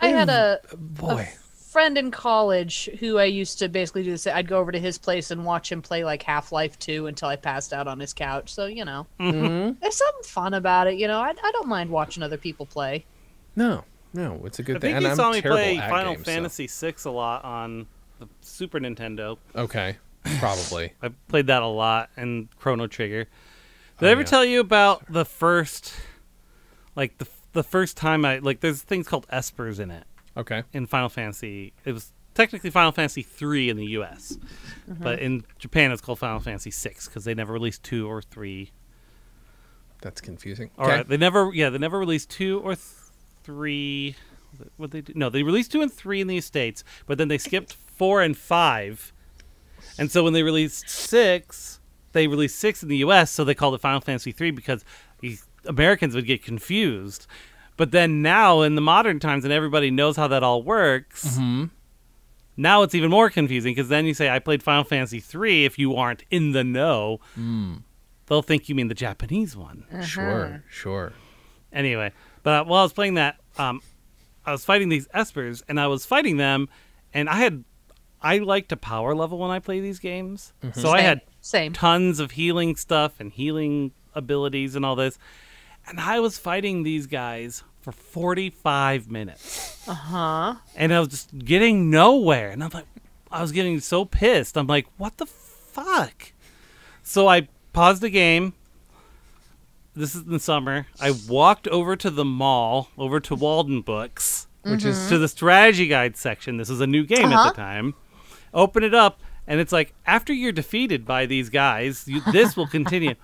D: I had a
C: Boy.
D: friend in college who I used to basically do this. I'd go over to his place and watch him play like Half Life 2 until I passed out on his couch. So, you know,
A: Mm-hmm.
D: there's something fun about it. You know, I, I don't mind watching other people play.
C: No, no, it's a good
A: I
C: thing.
A: think
C: and
A: he
C: I'm
A: saw me
C: terrible
A: play
C: at
A: Final
C: games, so-
A: Fantasy VI a lot on the Super Nintendo.
C: Okay, probably.
A: I played that a lot and Chrono Trigger. Did
C: Oh,
A: I ever
C: yeah.
A: tell you about the first, like the the first time I like? There's things called espers in it
C: Okay.
A: in Final Fantasy. It was technically Final Fantasy three in the U.S., but
C: Mm-hmm.
A: in Japan it's called Final Fantasy six because they never released two or three.
C: That's confusing.
A: All right, they never yeah they never released two or th- three. What they do? No, they released two and three in the states, but then they skipped four and five, and so when they released six, they released six in the U.S. So they called it Final Fantasy three because the Americans would get confused. But then now in the modern times, and everybody knows how that all works. Now it's even more confusing because then you say I played Final Fantasy three. If you aren't in the know, they'll think you mean the Japanese one
C: Sure, sure.
A: anyway but uh, while i was playing that um, i was fighting these espers and i was fighting them and i had i like to power level when i play these games so i had
D: Same.
A: tons of healing stuff and healing abilities and all this and i was fighting these guys for 45 minutes
D: Huh?
A: and i was just getting nowhere and i'm like i was getting so pissed i'm like what the fuck so i paused the game this is in the summer. I walked over to the mall, over to Walden Books, which is to the strategy guide section. This was a new game at the time. Open it up, and it's like after you're defeated by these guys, you, this will continue.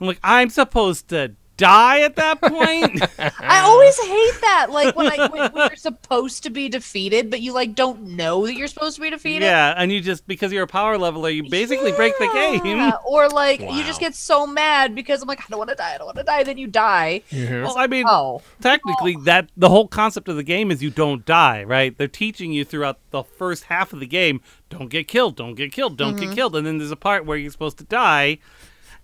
A: I'm like, I'm supposed to die at that point.
D: I always
A: uh.
D: hate that. Like when, I, when when you're supposed to be defeated, but you like don't know that you're supposed to be defeated.
A: yeah, and you just because you're a power leveler, you basically break the game.
D: Yeah, Oh. Or like you
C: Wow.
D: just get so mad because I'm like, I don't want to die. I don't want to die. Then you die.
A: Well, I mean,
D: Oh.
A: technically that the whole concept of the game is you don't die right they're teaching you throughout the first half of the game don't get killed don't get killed don't
D: Mm-hmm.
A: get killed and then there's a part where you're supposed to die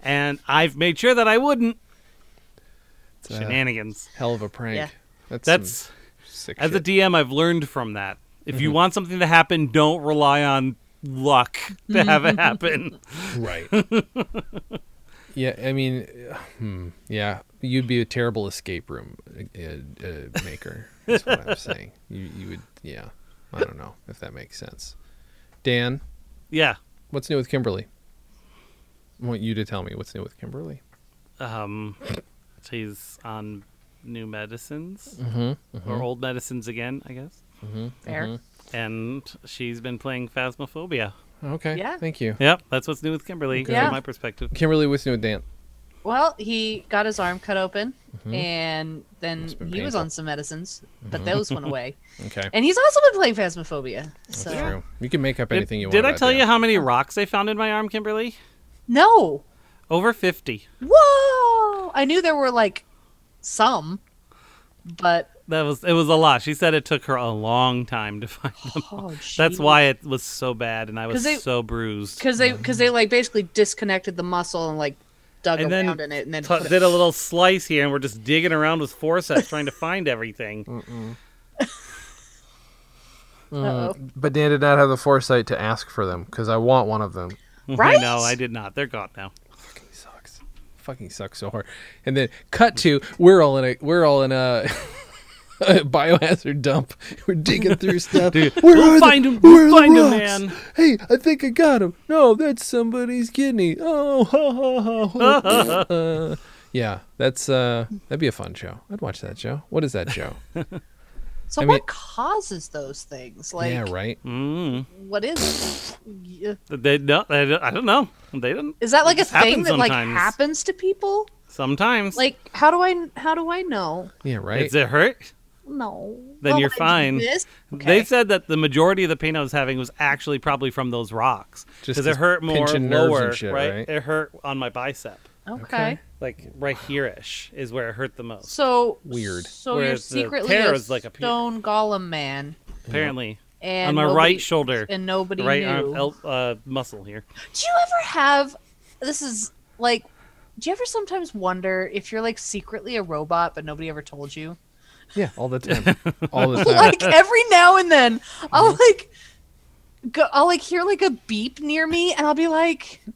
A: and i've made sure that i wouldn't
C: It's a
A: shenanigans
C: hell of a prank.
D: Yeah.
C: That's, some
A: that's
C: sick
A: as a
C: shit. Mm-hmm.
A: dm i've learned from that if you want something to happen don't rely on luck
C: Mm-hmm.
A: to have it happen
C: right. yeah, I mean, uh, hmm, yeah, you'd be a terrible escape room uh, uh, maker. That's what I'm saying. You, you would, yeah. I don't know if that makes sense. Dan,
A: Yeah.
C: what's new with Kimberly? I want you to tell me what's new with Kimberly.
A: Um, she's on new medicines
C: Mm-hmm.
A: or old medicines again, I guess.
D: Fair.
A: And she's been playing Phasmophobia.
C: Okay.
D: Yeah.
C: Thank you.
A: Yep, that's what's new with Kimberly
C: Yeah.
A: from my perspective.
C: Kimberly, what's new with Dan?
D: Well, he got his arm cut open, and then he
C: Mm-hmm. Must've been
D: was
C: painful. Mm-hmm.
D: on some medicines, but those went away.
C: Okay.
D: And he's also been playing Phasmophobia. So
C: True. You can make up
A: Did-
C: anything you want.
A: Did I
C: about
A: tell
C: Dan.
A: you how many rocks I found in my arm, Kimberly?
D: no,
A: Over 50.
D: whoa! I knew there were like some, but
A: That was it was a lot. She said it took her a long time to find them.
D: oh,
A: That's why it was so bad and I was
D: 'Cause they-
A: so bruised.
D: because they because they like basically disconnected the muscle and like dug
A: And then
D: around in it and then
A: T-
D: put it-
A: did a little slice here and we're just digging around with forceps trying to find everything.
D: Uh-oh.
A: Mm.
C: But Dan did not have the foresight to ask for them because I want one of them.
D: Right?
A: No, I did not. They're gone now.
C: sucks. Fucking sucks so hard. And then cut to we're all in a we're all in a, a biohazard dump. We're digging through stuff. Where
A: we'll
C: are the-
A: find 'em.
C: where
A: We'll
C: are the
A: find 'em,
C: rocks?
A: man.
C: Hey, I think I got him. No, that's somebody's kidney. Oh, ha ha ha. ha. Uh, yeah, that's uh, that'd be a fun show. I'd watch that show. What is that show?
D: So
C: I mean-
D: what causes those things? Like
C: yeah, right.
A: Mm.
D: what is it?
A: They, no, they don't- I don't know. They didn't.
D: Is that like a
A: just happens
D: thing that like
A: sometimes.
D: happens to people?
A: Sometimes.
D: Like how do I how do I know?
C: Yeah, right.
A: Does it hurt?
D: No.
A: Then
D: Well,
A: you're
D: I did
A: fine.
D: this.
A: They
D: Okay.
A: said that the majority of the pain I was having was actually probably from those rocks.
C: Just
A: Because it
C: this
A: hurt more
C: pinching nerves and
A: lower,
C: shit,
A: right?
C: right?
A: It hurt on my bicep.
D: okay.
C: Okay.
A: Like right here ish is where it hurt the most.
D: So
C: Weird.
D: So you're
A: Whereas the
D: secretly
A: tear
D: a
A: is like a pier.
D: stone golem man,
A: Apparently.
D: and
A: on my
D: nobody-
A: right shoulder.
D: and nobody
A: right
D: knew.
A: arm el- uh, muscle here.
D: Do you ever have this is like do you ever sometimes wonder if you're like secretly a robot but nobody ever told you?
C: Yeah, all the time. all the time.
D: Like every now and then I'll
A: Mm-hmm.
D: like go I'll like hear like a beep near me and I'll be like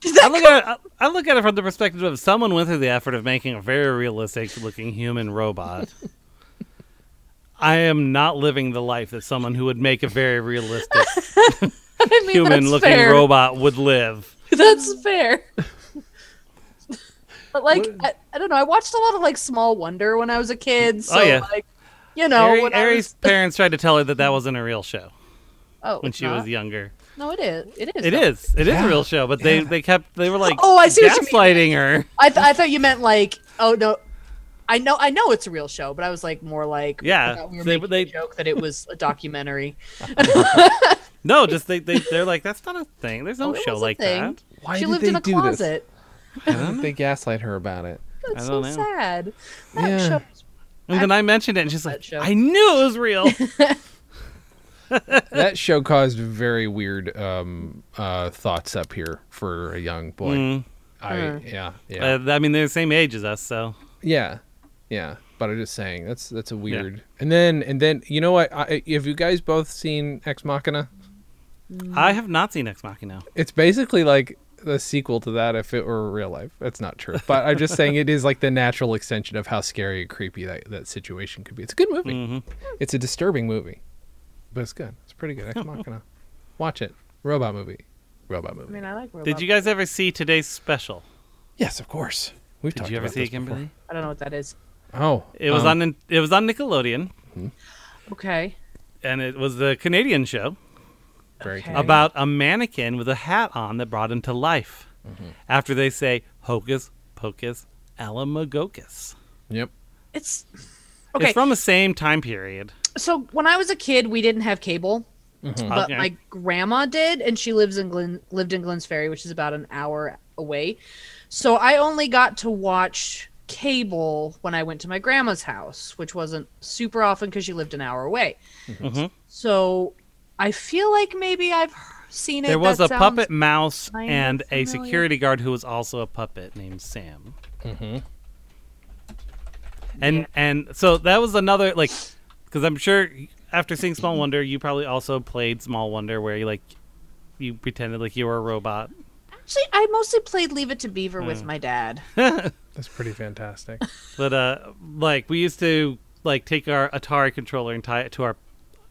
D: Did
A: I
D: that
A: look at it, I I look at it from the perspective of someone went through the effort of making a very realistic looking human robot. I am not living the life that someone who would make a very realistic
D: I mean,
A: human
D: that's
A: looking
D: fair.
A: robot would live.
D: That's fair. but like, I, I don't know. I watched a lot of like Small Wonder when I was a kid. So
A: Oh, yeah.
D: like, you know,
A: Ari-
D: when I
A: Ari's
D: was-
A: parents tried to tell her that that wasn't a real show
D: oh,
A: when
D: it's
A: she was
D: not?
A: younger.
D: No, it is. It is.
A: It
D: though.
A: is. It is a real show, but they, they kept they were like
D: Oh, I see what you mean.
A: gaslighting her.
D: I th- I thought you meant like, oh no. I know, I know it's a real show, but I was like more like,
A: Yeah,
D: I thought we were
A: they-
D: making
A: they-
D: a joke that it was a documentary.
A: No, just they, they they're like that's not a thing. There's no
D: Oh, it
A: show
D: was a
A: like
D: thing.
A: that.
C: Why
D: she
C: did
D: lived
C: they
D: in a
C: do this?
D: closet.
C: Why did they gaslight her about it?
D: That's
A: I don't
D: so
A: know.
D: sad. That
C: Yeah.
D: show
A: And then I mentioned it, and she's
D: That
A: like,
D: show.
A: "I knew it was real."
C: that show caused very weird um, uh, thoughts up here for a young boy.
A: Mm.
C: I
D: Mm.
C: yeah yeah
A: Uh, I mean, they're the same age as us, so
C: yeah yeah. But I'm just saying that's that's a weird. And then and then you know what? I, have you guys both seen Ex Machina?
A: I have not seen Ex Machina.
C: It's basically like the sequel to that if it were real life. That's not true. But I'm just saying it is like the natural extension of how scary and creepy that, that situation could be. It's a good movie.
A: Mm-hmm.
C: It's a disturbing movie, but it's good. It's pretty good. Ex Machina. Watch it. Robot movie. Robot movie.
D: I mean, I like. Robot.
A: Did you guys ever see today's special?
C: Yes, of course. We've
A: Did
C: talked
A: you ever
C: about
A: see
C: this
A: it, Kimberly?
C: before.
D: I don't know what that is.
C: Oh,
A: It was on it was on Nickelodeon,
D: Okay.
A: and it was a Canadian show
C: very
D: Okay.
C: Canadian.
A: about a mannequin with a hat on that brought him to life. After they say "Hocus Pocus Alamogocus,"
C: Yep.
D: It's okay.
A: it's from the same time period.
D: so when I was a kid, we didn't have cable, but
A: Okay.
D: my grandma did, and she lives in Glen, lived in Glens Ferry, which is about an hour away. So I only got to watch cable when I went to my grandma's house, which wasn't super often because she lived an hour away.
A: Mhm.
D: So I feel like maybe I've seen it.
A: There was
D: That
A: a
D: sounds-
A: puppet mouse
D: kind of
A: and a
D: familiar.
A: security guard who was also a puppet named Sam. Mm-hmm. And and so that was another like, because I'm sure after seeing Small Wonder, you probably also played Small Wonder, where you like you pretended like you were a robot.
D: Actually, I mostly played Leave It to Beaver
A: Mm.
D: with my dad.
C: That's pretty fantastic.
A: But uh, like we used to like take our Atari controller and tie it to our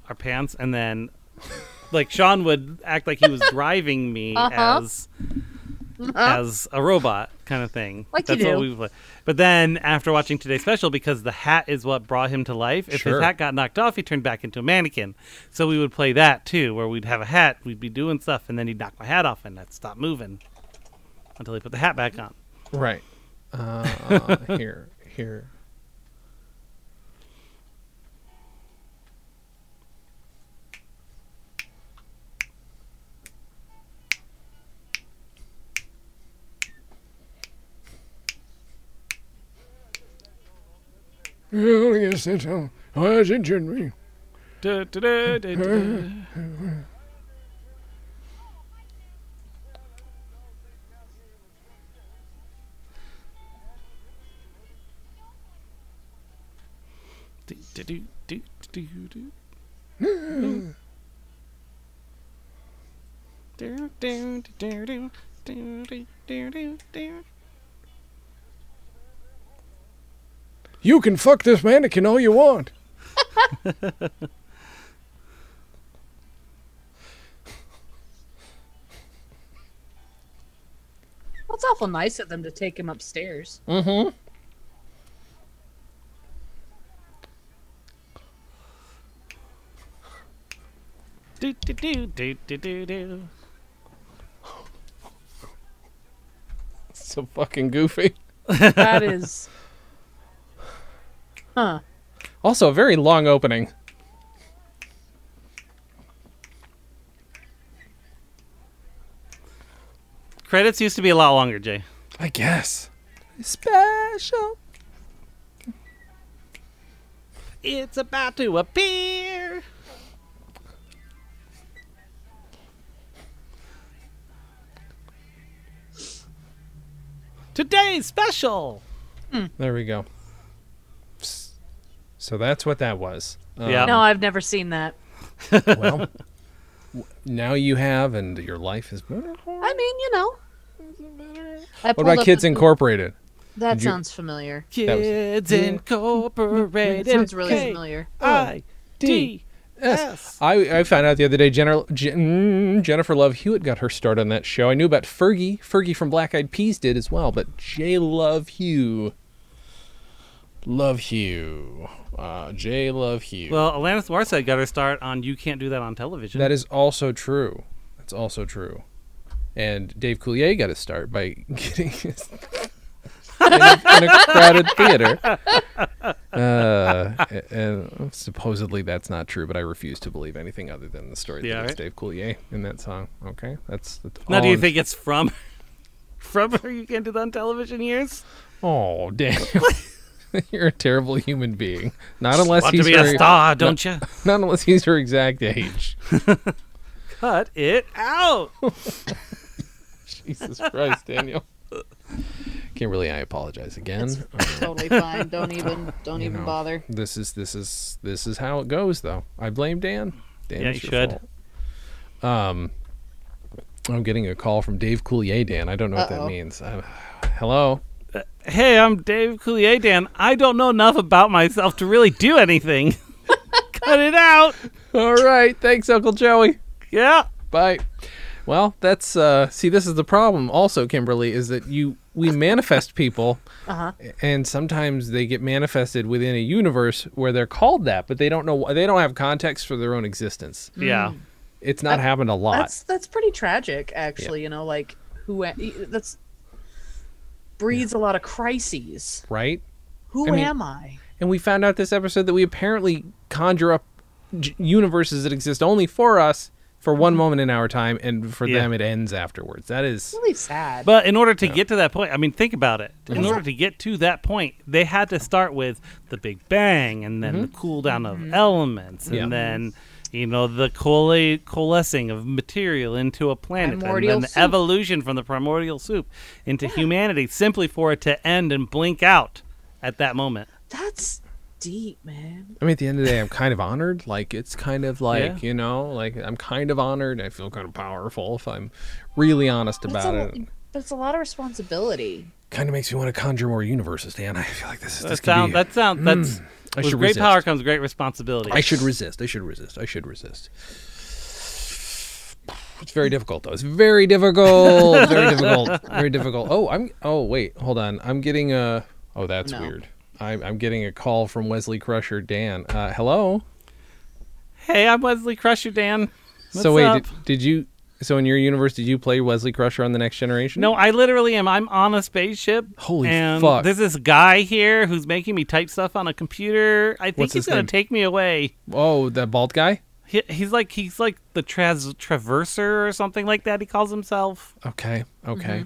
A: our pants, and then like Sean would act like he was driving me
D: Uh-huh.
A: as as a robot kind of thing.
D: Like you
A: That's what
D: do.
A: we pla- But then after watching today's special, because the hat is what brought him to life, if
C: Sure.
A: his hat got knocked off, he turned back into a mannequin. So we would play that too, where we'd have a hat, we'd be doing stuff, and then he'd knock my hat off and I'd stop moving until he put the hat back on.
C: Right. Uh, here, here.
E: Oh, yes, that's
C: uh,
E: how. Oh, that's it, Jimmy.
A: Du- du- du- du- du- du- du- du- du- du- du- du. Du- du- du- du- du- du- du- du- du.
E: You can fuck this mannequin all you want.
D: Well, it's awful nice of them to take him upstairs.
C: Mm-hmm.
A: Du- du- du- du- du- du- du.
C: So fucking goofy.
D: That is. Huh.
C: Also, a very long opening.
A: Credits used to be a lot longer, Jay.
C: I guess. Special.
A: It's about to appear. Today's special.
C: There we go. S- So that's what that was. Um,
A: Uh, Yeah.
D: No, I've never seen that.
C: Well, w- now you have, and your life is better.
D: I mean, you know. I
C: What
D: pulled
C: about
D: up
C: Kids
D: the-
C: Incorporated?
D: That
C: Did you-
D: sounds familiar.
C: That was-
A: Kids
D: It
A: Incorporated.
D: sounds really familiar.
A: I D S.
C: I, I found out the other day Jenner, Jen, Jennifer Love Hewitt got her start on that show. I knew about Fergie. Fergie from Black Eyed Peas did as well, but J Love Hugh. Love Hugh. Uh, J Love Hugh.
A: Well, Alanis Morissette got her start on "You Can't Do That on Television."
C: that is also true. That's also true. And Dave Coulier got his start by getting his. in, a, in a crowded theater. Uh, and supposedly that's not true, but I refuse to believe anything other than the story
A: Yeah,
C: that it's
A: right.
C: Dave Coulier in that song. Okay, that's that's
A: now,
C: all
A: do you
C: I'm-
A: think it's from from her "You Can't Do That on Television" years?
C: Oh damn. You're a terrible human being. Not unless
A: Want
C: he's
A: to be
C: her,
A: a star, don't you?
C: not unless he's her exact age.
A: Cut it out.
C: Jesus Christ, Daniel. Kimberly, I apologize again.
B: totally fine. Don't even don't even
C: know.
B: bother.
C: This is this is this is how it goes, though. I blame Dan. Dan,
A: Yeah,
C: it's
A: you
C: your
A: should.
C: fault. Um, I'm getting a call from Dave Coulier. Dan, I don't know what that
B: Uh-oh.
C: means. Uh, hello.
A: Hey, I'm Dave Coulier Dan. I don't know enough about myself to really do anything. Cut it out.
C: All right. Thanks, Uncle Joey.
A: Yeah.
C: Bye. Well, that's uh. See, this is the problem. Also, Kimberly is that you we manifest people,
D: Uh-huh.
C: and sometimes they get manifested within a universe where they're called that, but they don't know. wh- They don't have context for their own existence.
A: Yeah.
C: It's not happened a lot.
D: Uh, That's that's pretty tragic, actually. You know, like who e, that's breeds a lot of crises.
C: right?
D: Who
C: I mean-
D: am I?
C: And we found out this episode that we apparently conjure up j- universes that exist only for us for one moment in our time, and for
A: Yeah.
C: them it ends afterwards. That is
D: Really sad.
A: But in order to get to that point, I mean, think about it.
C: Mm-hmm.
A: In order to get to that point, they had to start with the Big Bang and then the cool down of elements and
C: Mm-hmm. Yeah.
A: then, you know, the coale- coalescing of material into a planet
D: Primordial
A: and then
D: soup.
A: the evolution from the primordial soup into humanity simply for it to end and blink out at that moment.
D: that's deep, man.
C: I mean, at the end of the day, I'm kind of honored. Like, it's kind of like,
A: Yeah.
C: you know, like I'm kind of honored. I feel kind of powerful if I'm really honest
D: That's
C: about
D: a,
C: it.
D: lo- But it's a lot of responsibility.
C: Kind of makes me want to conjure more universes, Dan. I feel like this is this
A: That
C: could
A: sounds.
C: be- Mm.
A: That sounds. That's.
C: I
A: with
C: should
A: great
C: resist.
A: power comes great responsibility.
C: I should resist. I should resist. I should resist. It's very difficult though. It's very difficult. Very difficult. Very difficult. Oh, I'm. Oh, wait. Hold on. I'm getting a. Oh, that's
B: No.
C: weird. I'm, I'm getting a call from Wesley Crusher Dan. Uh, hello.
A: Hey, I'm Wesley Crusher Dan. What's
C: so wait,
A: up?
C: Did, did you? So in your universe, did you play Wesley Crusher on the Next Generation?
A: No, I literally am. I'm on a spaceship.
C: Holy
A: and
C: fuck.
A: There's this guy here who's making me type stuff on a computer. I think
C: What's
A: he's
C: his
A: gonna
C: name?
A: take me away.
C: Oh, that bald guy.
A: He, he's like he's like the tras- traverser or something like that. He calls himself.
C: Okay. Okay.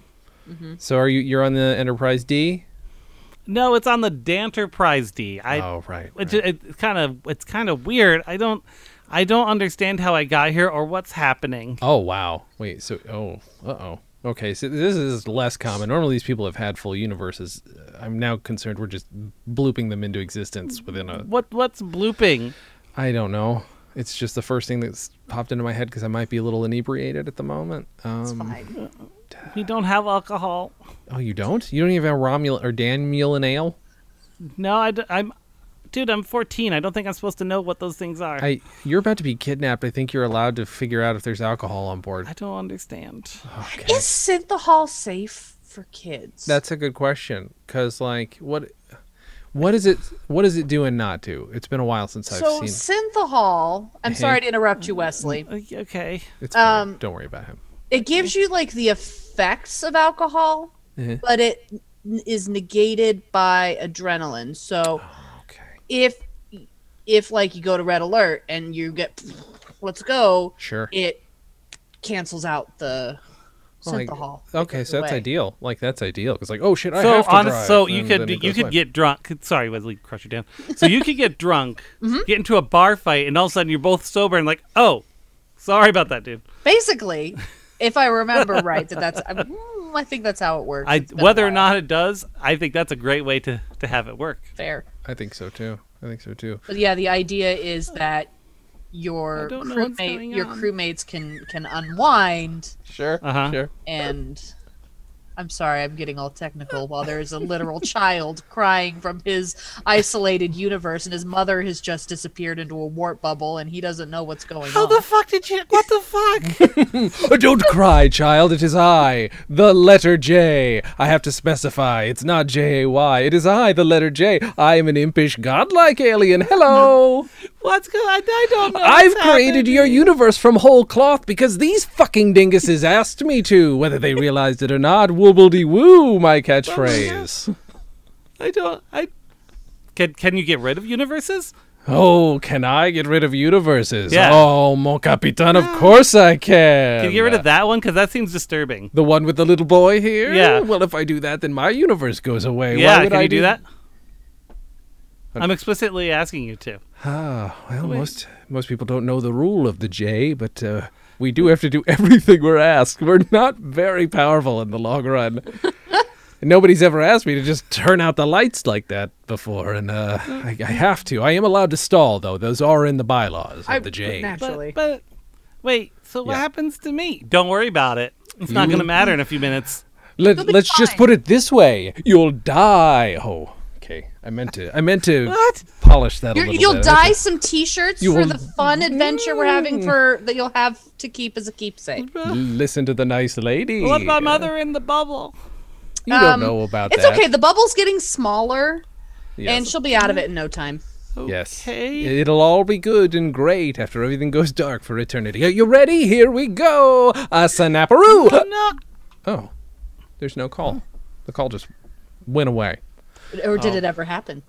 A: Mm-hmm.
C: So are you? You're on the Enterprise D.
A: No, it's on the Danterprise D. I,
C: oh right.
A: It,
C: right.
A: ju- it, it's kind of it's kind of weird. I don't I don't understand how I got here or what's happening.
C: Oh wow! Wait, so oh, uh oh. Okay, so this is less common. Normally, these people have had full universes. Uh, I'm now concerned we're just blooping them into existence within a.
A: What what's blooping?
C: I don't know. It's just the first thing that's popped into my head because I might be a little inebriated at the moment. Um,
D: Fine.
A: We don't have alcohol.
C: oh, you don't? You don't even have Romulan or Dan Mule and Ale?
A: No, I, am dude. I'm 14. I don't think I'm supposed to know what those things are.
C: I. You're about to be kidnapped. I think you're allowed to figure out if there's alcohol on board.
A: I don't understand.
C: Okay.
D: Is Synthahol safe for kids?
C: That's a good question because, like, what, what is it? What does it do and not do? It's been a while since
D: so
C: I've seen.
D: Synthahol. I'm
C: Mhm.
D: sorry to interrupt you, Wesley.
A: Uh, Okay.
C: It's fine.
D: Um,
C: Don't worry about him.
D: It gives you like the effects of alcohol,
A: Mm-hmm.
C: Mhm.
D: but it n- is negated by adrenaline. So
A: Oh,
C: Okay.
D: if if like you go to red alert and you get let's go,
C: Sure.
D: it cancels out the
A: Oh,
C: Well, like-
D: Synthahol.
C: okay, so that's
D: away.
C: ideal. Like that's ideal because like oh shit, I
A: so
C: have to
A: honest,
C: drive.
A: so you
C: and
A: could
C: then it
A: you
C: goes
A: could
C: away.
A: get drunk. Sorry, Wesley, crush you down. So you could get drunk, get into a bar fight, and all of a sudden you're both sober and like, oh, sorry about that, dude.
D: Basically, if I remember right, that that's I, mm, I think that's how it works.
A: I
D: It's been a
A: whether or
D: while.
A: not it does, I think that's a great way to to have it work.
D: fair.
C: I think so too. I think so too.
D: But yeah, the idea is that your
A: I don't know what's going
D: crewmate, your
A: on.
D: crewmates can can unwind
C: Sure.
A: Uh-huh.
C: Sure.
D: and I'm sorry, I'm getting all technical while there is a literal child crying from his isolated universe and his mother has just disappeared into a warp bubble and he doesn't know what's going on.
A: fuck did you? What the fuck?
C: Oh, don't cry, child. It is I, the letter J. I have to specify. It's not J A Y. It is I, the letter J. I am an impish, godlike alien. Hello.
A: What's going? I, I don't know.
C: I've
A: what's
C: created your
A: happening.
C: universe from whole cloth because these fucking dinguses asked me to, whether they realized it or not. Wobbledy woo, my catchphrase.
A: I don't. I can. Can you get rid of universes?
C: Oh, can I get rid of universes?
A: Yeah.
C: Oh, mon capitan, of course I can.
A: Can you get rid of that one? Because that seems disturbing.
C: The one with the little boy here?
A: Yeah.
C: Well, if I do that, then my universe goes away.
A: yeah.
C: Why would
A: Can
C: I
A: you do that?
C: Okay.
A: I'm explicitly asking you to.
C: Ah, well, most most people don't know the rule of the J, but uh, we do have to do everything we're asked. We're not very powerful in the long run. And Nobody's ever asked me to just turn out the lights like that before, and uh,
A: Mm.
C: I, I have to. I am allowed to stall, though. Those are in the bylaws of
D: I-
C: the J.
D: naturally.
A: But, but wait. So what
C: Yeah.
A: happens to me? Don't worry about it. It's not going to matter in a few minutes.
C: Let,
D: You'll be
C: let's just
D: fine.
C: put it this way: you'll die. Oh, okay. I meant to. I meant to
A: What?
C: polish that
D: You're,
C: a little
D: you'll
C: bit.
D: dye some T-shirts
C: You
D: for
C: will-
D: the fun adventure we're having for that you'll have to keep as a keepsake.
C: Listen to the nice lady.
A: What my mother in the bubble?
C: You don't
D: Um,
C: know about
D: It's
C: that.
D: okay. The bubble's getting smaller,
C: Yes.
D: and she'll be out of it in no time.
C: Yes.
A: Okay.
C: It'll all be good and great after everything goes dark for eternity. Are you ready? Here we go. A sanaparoo.
A: No.
C: Oh, there's no call. The call just went away.
D: Or
C: Oh.
D: did it ever happen?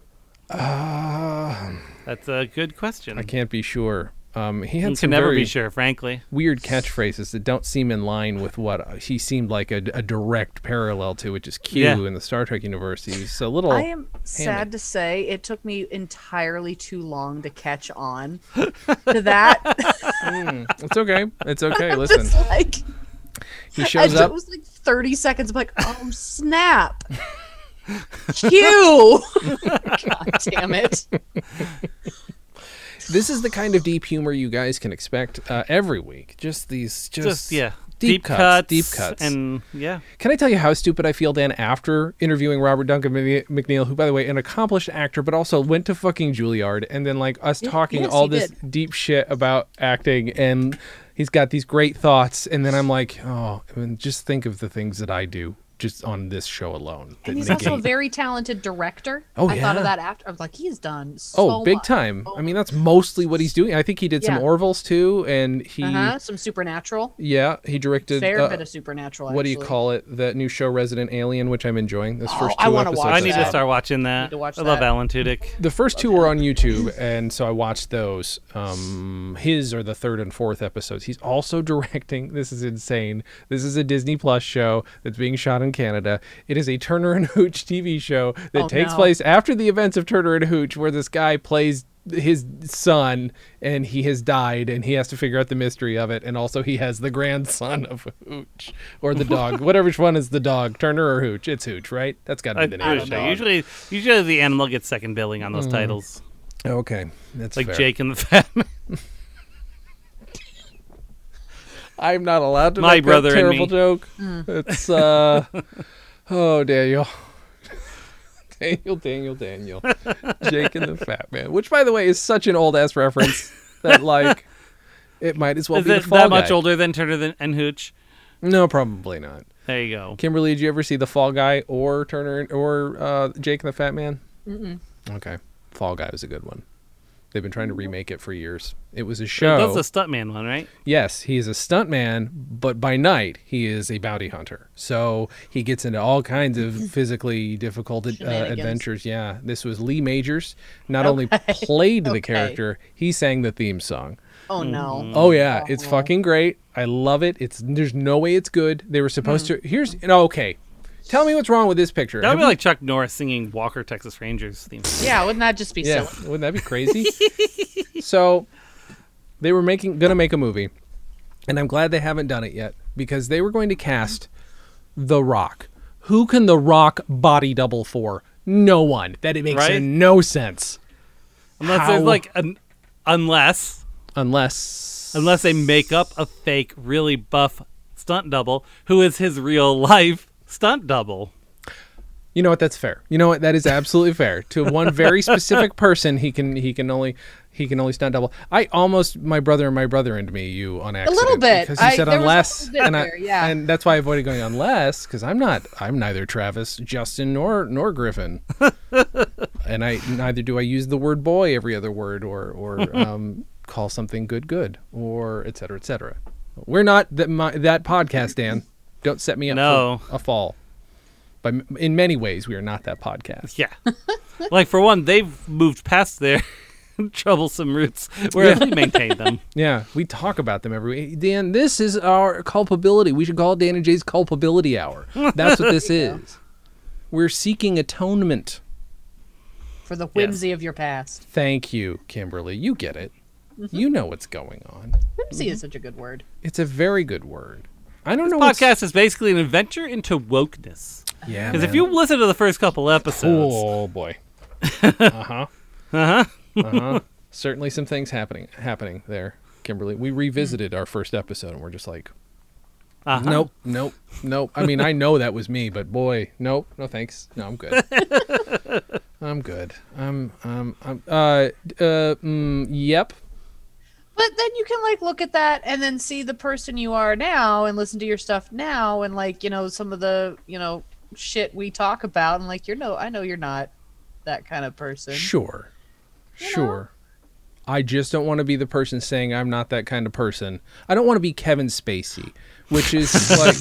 A: That's a good question.
C: I can't be sure. Um, he had
A: You
C: some
A: can never
C: very
A: be sure, frankly.
C: weird catchphrases that don't seem in line with what he seemed like a, a direct parallel to, which is Q
A: Yeah.
C: in the Star Trek universe. He's a little.
D: I am sad to say it took me entirely too long to catch on to that.
C: It's okay. It's okay. Listen,
D: it's like
C: he
D: I
C: shows
D: just, it
C: up.
D: was like thirty seconds. I'm like, oh snap! Q. God damn it!
C: This is the kind of deep humor you guys can expect uh, every week. Just these, just,
A: Just yeah.
C: deep, cuts, deep cuts.
A: and yeah.
C: Can I tell you how stupid I feel, Dan, after interviewing Robert Duncan McNe- McNeil, who, by the way, an accomplished actor, but also went to fucking Juilliard, and then like us talking
D: yes,
C: all
D: he
C: this deep shit about acting and he's got these great thoughts, and then I'm like, oh, I mean, just think of the things that I do just on this show alone. that
D: And he's
C: negate-
D: also a very talented director.
C: Oh,
D: I thought
C: yeah.
D: of that after. I was like, he's done so
C: oh, big
D: much.
C: time. I mean, that's mostly what he's doing. I think he did some
D: Yeah.
C: Orville's too, and he,
D: Uh-huh. Some supernatural.
C: yeah, he directed.
D: Fair
C: uh,
D: bit of supernatural.
C: what do you
D: actually. Oh,
C: call it? That new show, Resident Alien, which I'm enjoying. This first
D: I
C: two
D: wanna
C: episodes.
D: watch
A: I
C: I
D: that.
C: saw.
A: need to start watching that.
D: to watch
A: I love
D: that.
A: Alan Tudyk.
C: The first two were on YouTube, and so I watched those. Um, his are the third and fourth episodes. He's also directing. This is insane. This is a Disney Plus show that's being shot in Canada. It is a Turner and Hooch TV show that
D: Oh,
C: takes
D: no.
C: place after the events of Turner and Hooch, where this guy plays his son and he has died and he has to figure out the mystery of it and also he has the grandson of hooch or the dog whatever one is the dog turner or hooch it's hooch right that's got to
A: I,
C: be the name of
A: usually,
C: the dog.
A: usually, usually the animal gets second billing on those titles,
C: okay that's
A: like
C: Mm. fair.
A: Jake and the Fat Man.
C: I'm not allowed to
A: My
C: make
A: brother
C: that
A: and me.
C: terrible joke. It's uh oh Daniel. Daniel, Daniel, Daniel. Jake and the Fat Man. Which by the way is such an old ass reference that like it might as well
A: Is
C: be the
A: it
C: fall
A: that much
C: Guy.
A: older than Turner than, and Hooch?
C: No, probably not.
A: There you go.
C: Kimberly, did you ever see the Fall Guy or Turner and- or uh, Jake and the Fat Man? Mm-mm. Okay, Fall Guy was a good one. They've been trying to remake it for years. It was a show.
A: That's the stuntman one, right?
C: Yes, he is a stuntman, but by night he is a bounty hunter. So he gets into all kinds of physically difficult uh,
D: Shenanigans.
C: adventures. Yeah, this was Lee Majors. Not only played the character, he sang the theme song.
D: Oh no.
C: Oh yeah, it's fucking great. I love it. It's there's no way it's good. They were supposed to. Here's no, okay. Tell me what's wrong with this picture.
A: That would
C: Have
A: be
C: you-
A: like Chuck Norris singing Walker Texas Rangers theme.
D: Yeah, wouldn't that just be
C: yeah,
D: silly?
C: wouldn't that be crazy? so they were making gonna make a movie, and I'm glad they haven't done it yet because they were going to cast The Rock. Who can The Rock body double for? No one. That it makes
A: Right?
C: no sense
A: Unless
C: How-
A: there's like an unless
C: unless
A: unless they make up a fake, really buff stunt double who is his real life stunt double.
C: You know what? That's fair. You know what? That is absolutely fair. To one very specific person, he can he can only he can only stunt double. I almost my brother and my brother and me you on accident
D: little bit.
C: because you
D: I-
C: said
D: there was a
C: unless
D: little bit
C: and I,
D: there, yeah.
C: and that's why I avoided going unless because I'm not I'm neither Travis Justin nor nor Griffin, and I neither do I use the word boy every other word or or um, call something good good or et cetera et cetera. We're not that my, that podcast, Dan. Don't set me up
A: No.
C: for a fall. But m- in many ways, we are not that podcast.
A: Yeah. like for one, they've moved past their troublesome roots where they maintain them.
C: Yeah, we talk about them every week. Dan, this is our culpability. We should call it Dan and Jay's culpability hour. That's what this is. We're seeking atonement.
D: For the whimsy of your past.
C: Thank you, Kimberly. You get it.
A: Mm-hmm.
C: You know what's going on.
D: Whimsy is such a good word.
C: It's a very good word. I don't know what's-
A: Podcast is basically an adventure into wokeness.
C: Yeah,
A: Because if
C: man.
A: you listen to the first couple episodes,
C: Oh boy. Uh huh. uh huh. Uh huh. Certainly, some things happening happening there, Kimberly. We revisited our first episode, and we're just like,
A: Uh-huh.
C: nope, nope, nope. I mean, I know that was me, but boy, nope, no thanks. No, I'm good. I'm good. I'm um I'm uh d- uh mm, yep.
D: But then you can like look at that and then see the person you are now and listen to your stuff now and like, you know, some of the, you know, shit we talk about and like you're no I know you're not that kind of person.
C: Sure. Sure. I just don't want to be the person saying I'm not that kind of person. I don't want to be Kevin Spacey, which is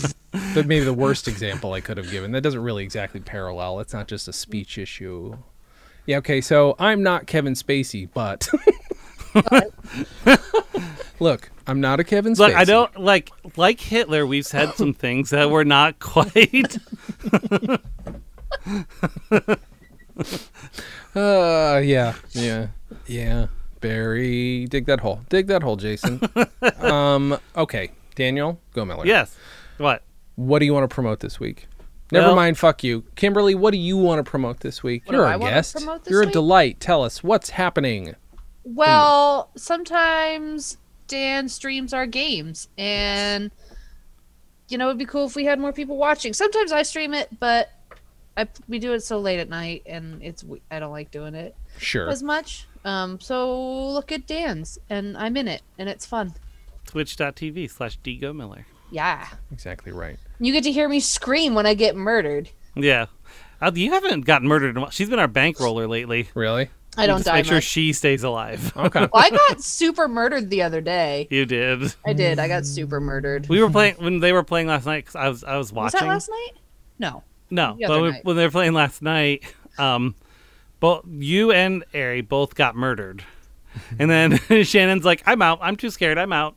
C: like the, maybe the worst example I could have given. That doesn't really exactly parallel. It's not just a speech issue. Yeah, okay, so I'm not Kevin Spacey, but. Look, I'm not a Kevin Spacey.
A: Look, I don't like like Hitler. We've said some things that were not quite.
C: Uh, yeah, yeah, yeah. Barry, dig that hole. Dig that hole, Jason. um, okay, Daniel, go Miller.
A: yes, what?
C: what do you want to promote this week? Never
A: Well-
C: mind, fuck you. Kimberly, what do you want to promote this week?
D: do
C: You're
D: I
C: our
D: want to
C: guest.
D: promote this
C: You're a
D: week?
C: delight. Tell us what's happening.
D: Well, sometimes Dan streams our games, and you know it'd be cool if we had more people watching. Sometimes I stream it, but I we do it so late at night, and it's we- I don't like doing it
C: Sure.
D: as much. Um, so look at Dan's, and I'm in it, and it's fun.
A: Twitch.tv slash Miller.
D: Yeah.
C: Exactly right.
D: You get to hear me scream when I get murdered.
A: Yeah. Uh, you haven't gotten murdered. in a while. She's been our bankroller lately.
C: Really?
D: I don't
A: Just
D: die
A: make sure
D: much.
A: she stays alive.
C: Okay.
D: well, I got super murdered the other day.
A: you did.
D: I did. I got super murdered.
A: We were playing when they were playing last night. 'cause I was I was
D: Was
A: watching.
D: that last night? No.
A: No,
D: The
A: but
D: other
A: we-
D: night.
A: when they were playing last night, um, both you and Ari both got murdered, and then Shannon's like, "I'm out. I'm too scared. I'm out.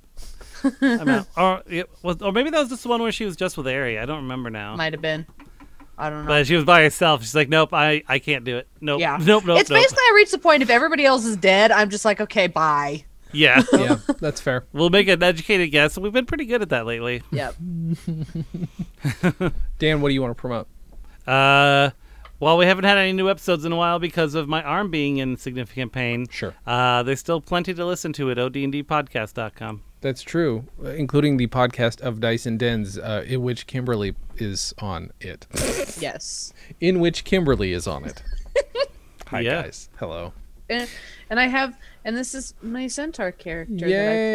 A: I'm out." Or it was, or maybe that was just the one where she was just with Ari. I don't remember now.
D: Might have been. I don't know.
A: but she was by herself. She's like, "Nope, I I can't do it. Nope,
D: yeah.
A: nope, nope,
D: It's
A: nope."
D: basically I reached the point if everybody else is dead, I'm just like, okay, bye.
A: yeah.
C: yeah, that's fair.
A: We'll make an educated guess. and We've been pretty good at that lately.
D: Yep.
C: Dan, what do you want to promote?
A: Uh, well, we haven't had any new episodes in a while because of my arm being in significant pain.
C: Sure.
A: Uh, there's still plenty to listen to at odndpodcast.com.
C: That's true, including the podcast of Dyson Dens, uh, in which Kimberly is on it.
D: Yes.
C: in which Kimberly is on it. Hi
A: Yeah.
C: guys. Hello.
D: And, and I have, and this is my centaur character that I
C: Yay.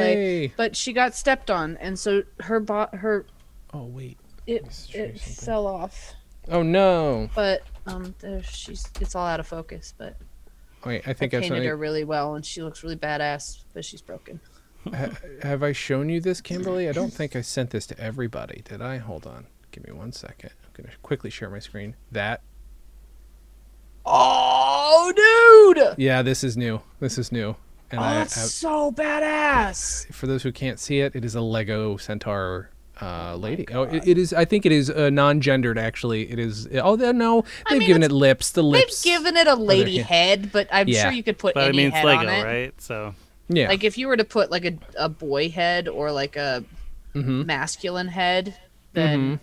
D: play, but she got stepped on, and so her bo- her
C: Oh wait.
D: it
C: show you
D: it fell off.
C: Oh no.
D: But um, there, she's it's all out of focus, but
C: Wait, I
D: I
C: think I have
D: painted her
C: something.
D: really well, and she looks really badass, but she's broken.
C: Have I shown you this, Kimberly? I don't think I sent this to everybody, did I? Hold on. Give me one second. I'm gonna quickly share my screen. That.
D: Oh, dude!
C: Yeah, this is new. This is new. And
D: Oh,
C: I,
D: that's
C: I-
D: so badass.
C: for those who can't see it, it is a Lego centaur uh, lady. Oh, it, it is. I think it is uh, non-gendered. Actually, it is. Oh, the- no, they've
D: mean,
C: given it
D: it's-
C: lips. The
D: They've
C: lips.
D: given it a lady
C: hand.
D: head, but I'm
C: Yeah.
D: sure you could put
A: But
D: any
A: I mean, it's
D: head
A: Lego,
D: on it.
A: right? So
C: Yeah.
D: Like if you were to put like a, a boy head or like a
C: Mhm.
D: masculine head, then
C: Mm-hmm.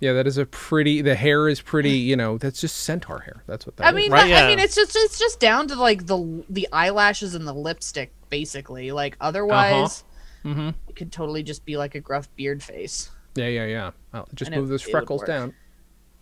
C: yeah, that is a pretty. The hair is pretty. You know, that's just centaur hair. That's what that
D: I
C: is.
D: mean,
A: Right,
D: like-
A: yeah.
D: I mean, it's just it's just down to like the the eyelashes and the lipstick, basically. Like otherwise,
C: Mhm.
D: it could totally just be like a gruff beard face.
C: Yeah, yeah, yeah. Well, just
D: And it-
C: move those
D: it would
C: freckles
D: work.
C: down,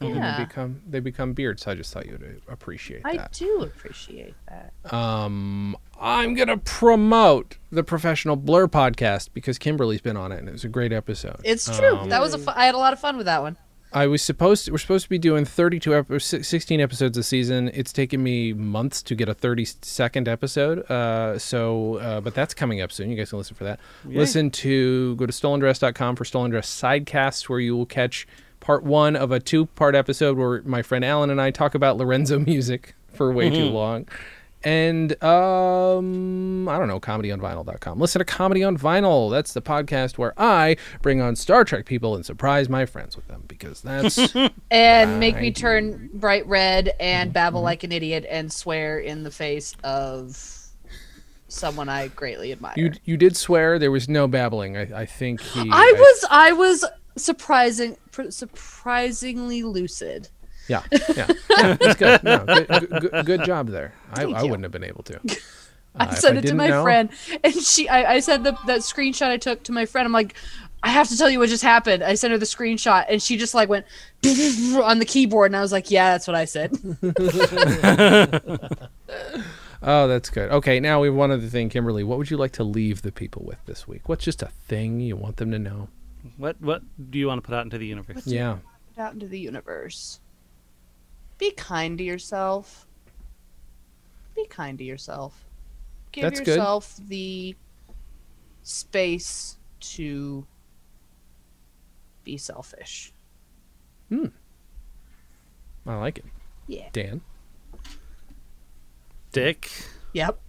C: and then
D: Yeah,
C: they become they become beards. So I just thought you would appreciate
D: I
C: that.
D: do appreciate that.
C: Um, I'm gonna promote the Professional Blur podcast because Kimberly's been on it, and it was a great episode.
D: It's true.
C: Um,
D: that was a fu- I had a lot of fun with that one.
C: I was supposed to, we're supposed to be doing 32 ep- or si- 16 episodes a season. It's taken me months to get a 30 second episode. Uh, so, uh, but that's coming up soon. You guys can listen for that. Listen to go to stolendress.com for stolen dress sidecasts where you will catch part one of a two part episode where my friend Alan and I talk about Lorenzo music for way too long. And um, I don't know, comedyonvinyl.com. Listen to Comedy on Vinyl. That's the podcast where I bring on Star Trek people and surprise my friends with them because that's
D: and make me
C: Right.
D: turn bright red and babble like an idiot and swear in the face of someone I greatly admire.
C: you. You did swear there was no babbling. I, I think he.
D: I was I was surprising pr- surprisingly lucid.
C: Yeah, yeah, yeah that's good. No, good, good. good job there. I, I wouldn't have been able to. Uh,
D: I
C: if
D: sent it to
C: didn't
D: my
C: know-
D: friend, and she. I, I sent the, that screenshot I took to my friend. I'm like, I have to tell you what just happened. I sent her the screenshot, and she just like went on the keyboard, and I was like, Yeah, that's what I said.
C: Oh, that's good. Okay, now we have one other thing, Kimberly. What would you like to leave the people with this week? What's just a thing you want them to know?
A: what what do you want to put out into the universe?
C: Yeah.
D: out into the universe. Be kind to yourself. Be kind to yourself. Give
C: That's good.
D: yourself the space to be selfish.
C: I like it.
D: Yeah.
C: Dan.
A: Dick
D: Yep.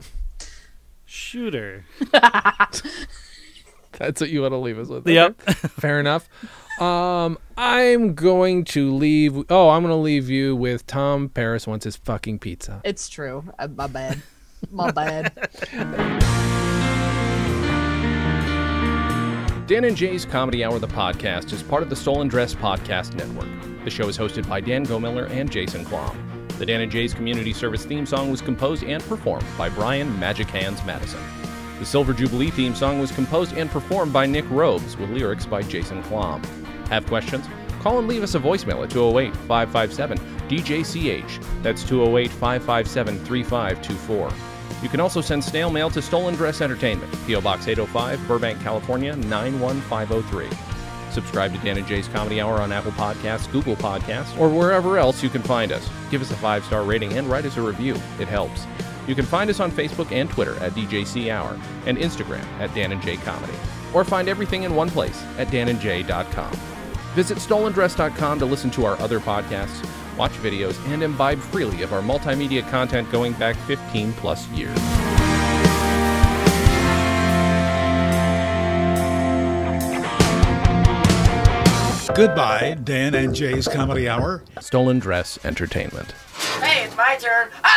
A: shooter.
C: That's what you want to leave us with.
A: Yep.
C: Fair enough. Um, I'm going to leave. Oh, I'm going to leave you with Tom Paris wants his fucking pizza.
D: It's true. Uh, My bad. My bad.
C: Dan and Jay's Comedy Hour, the podcast, is part of the Stolen Dress Podcast Network. The show is hosted by Dan Gomiller and Jason Klom. The Dan and Jay's Community Service theme song was composed and performed by Brian Magic Hands Madison. The Silver Jubilee theme song was composed and performed by Nick Robes with lyrics by Jason Klom. Have questions? Call and leave us a voicemail at 208 557 DJCH. That's 208 557 3524. You can also send snail mail to Stolen Dress Entertainment, P.O. Box 805, Burbank, California 91503. Subscribe to Dan and Jay's Comedy Hour on Apple Podcasts, Google Podcasts, or wherever else you can find us. Give us a five star rating and write us a review, it helps. You can find us on Facebook and Twitter at DJC Hour and Instagram at Dan and Jay Comedy. Or find everything in one place at danandjay.com. Visit stolendress.com to listen to our other podcasts, watch videos, and imbibe freely of our multimedia content going back 15 plus years.
F: Goodbye, Dan and Jay's Comedy Hour.
C: Stolen Dress Entertainment.
G: Hey, it's my turn. Ah!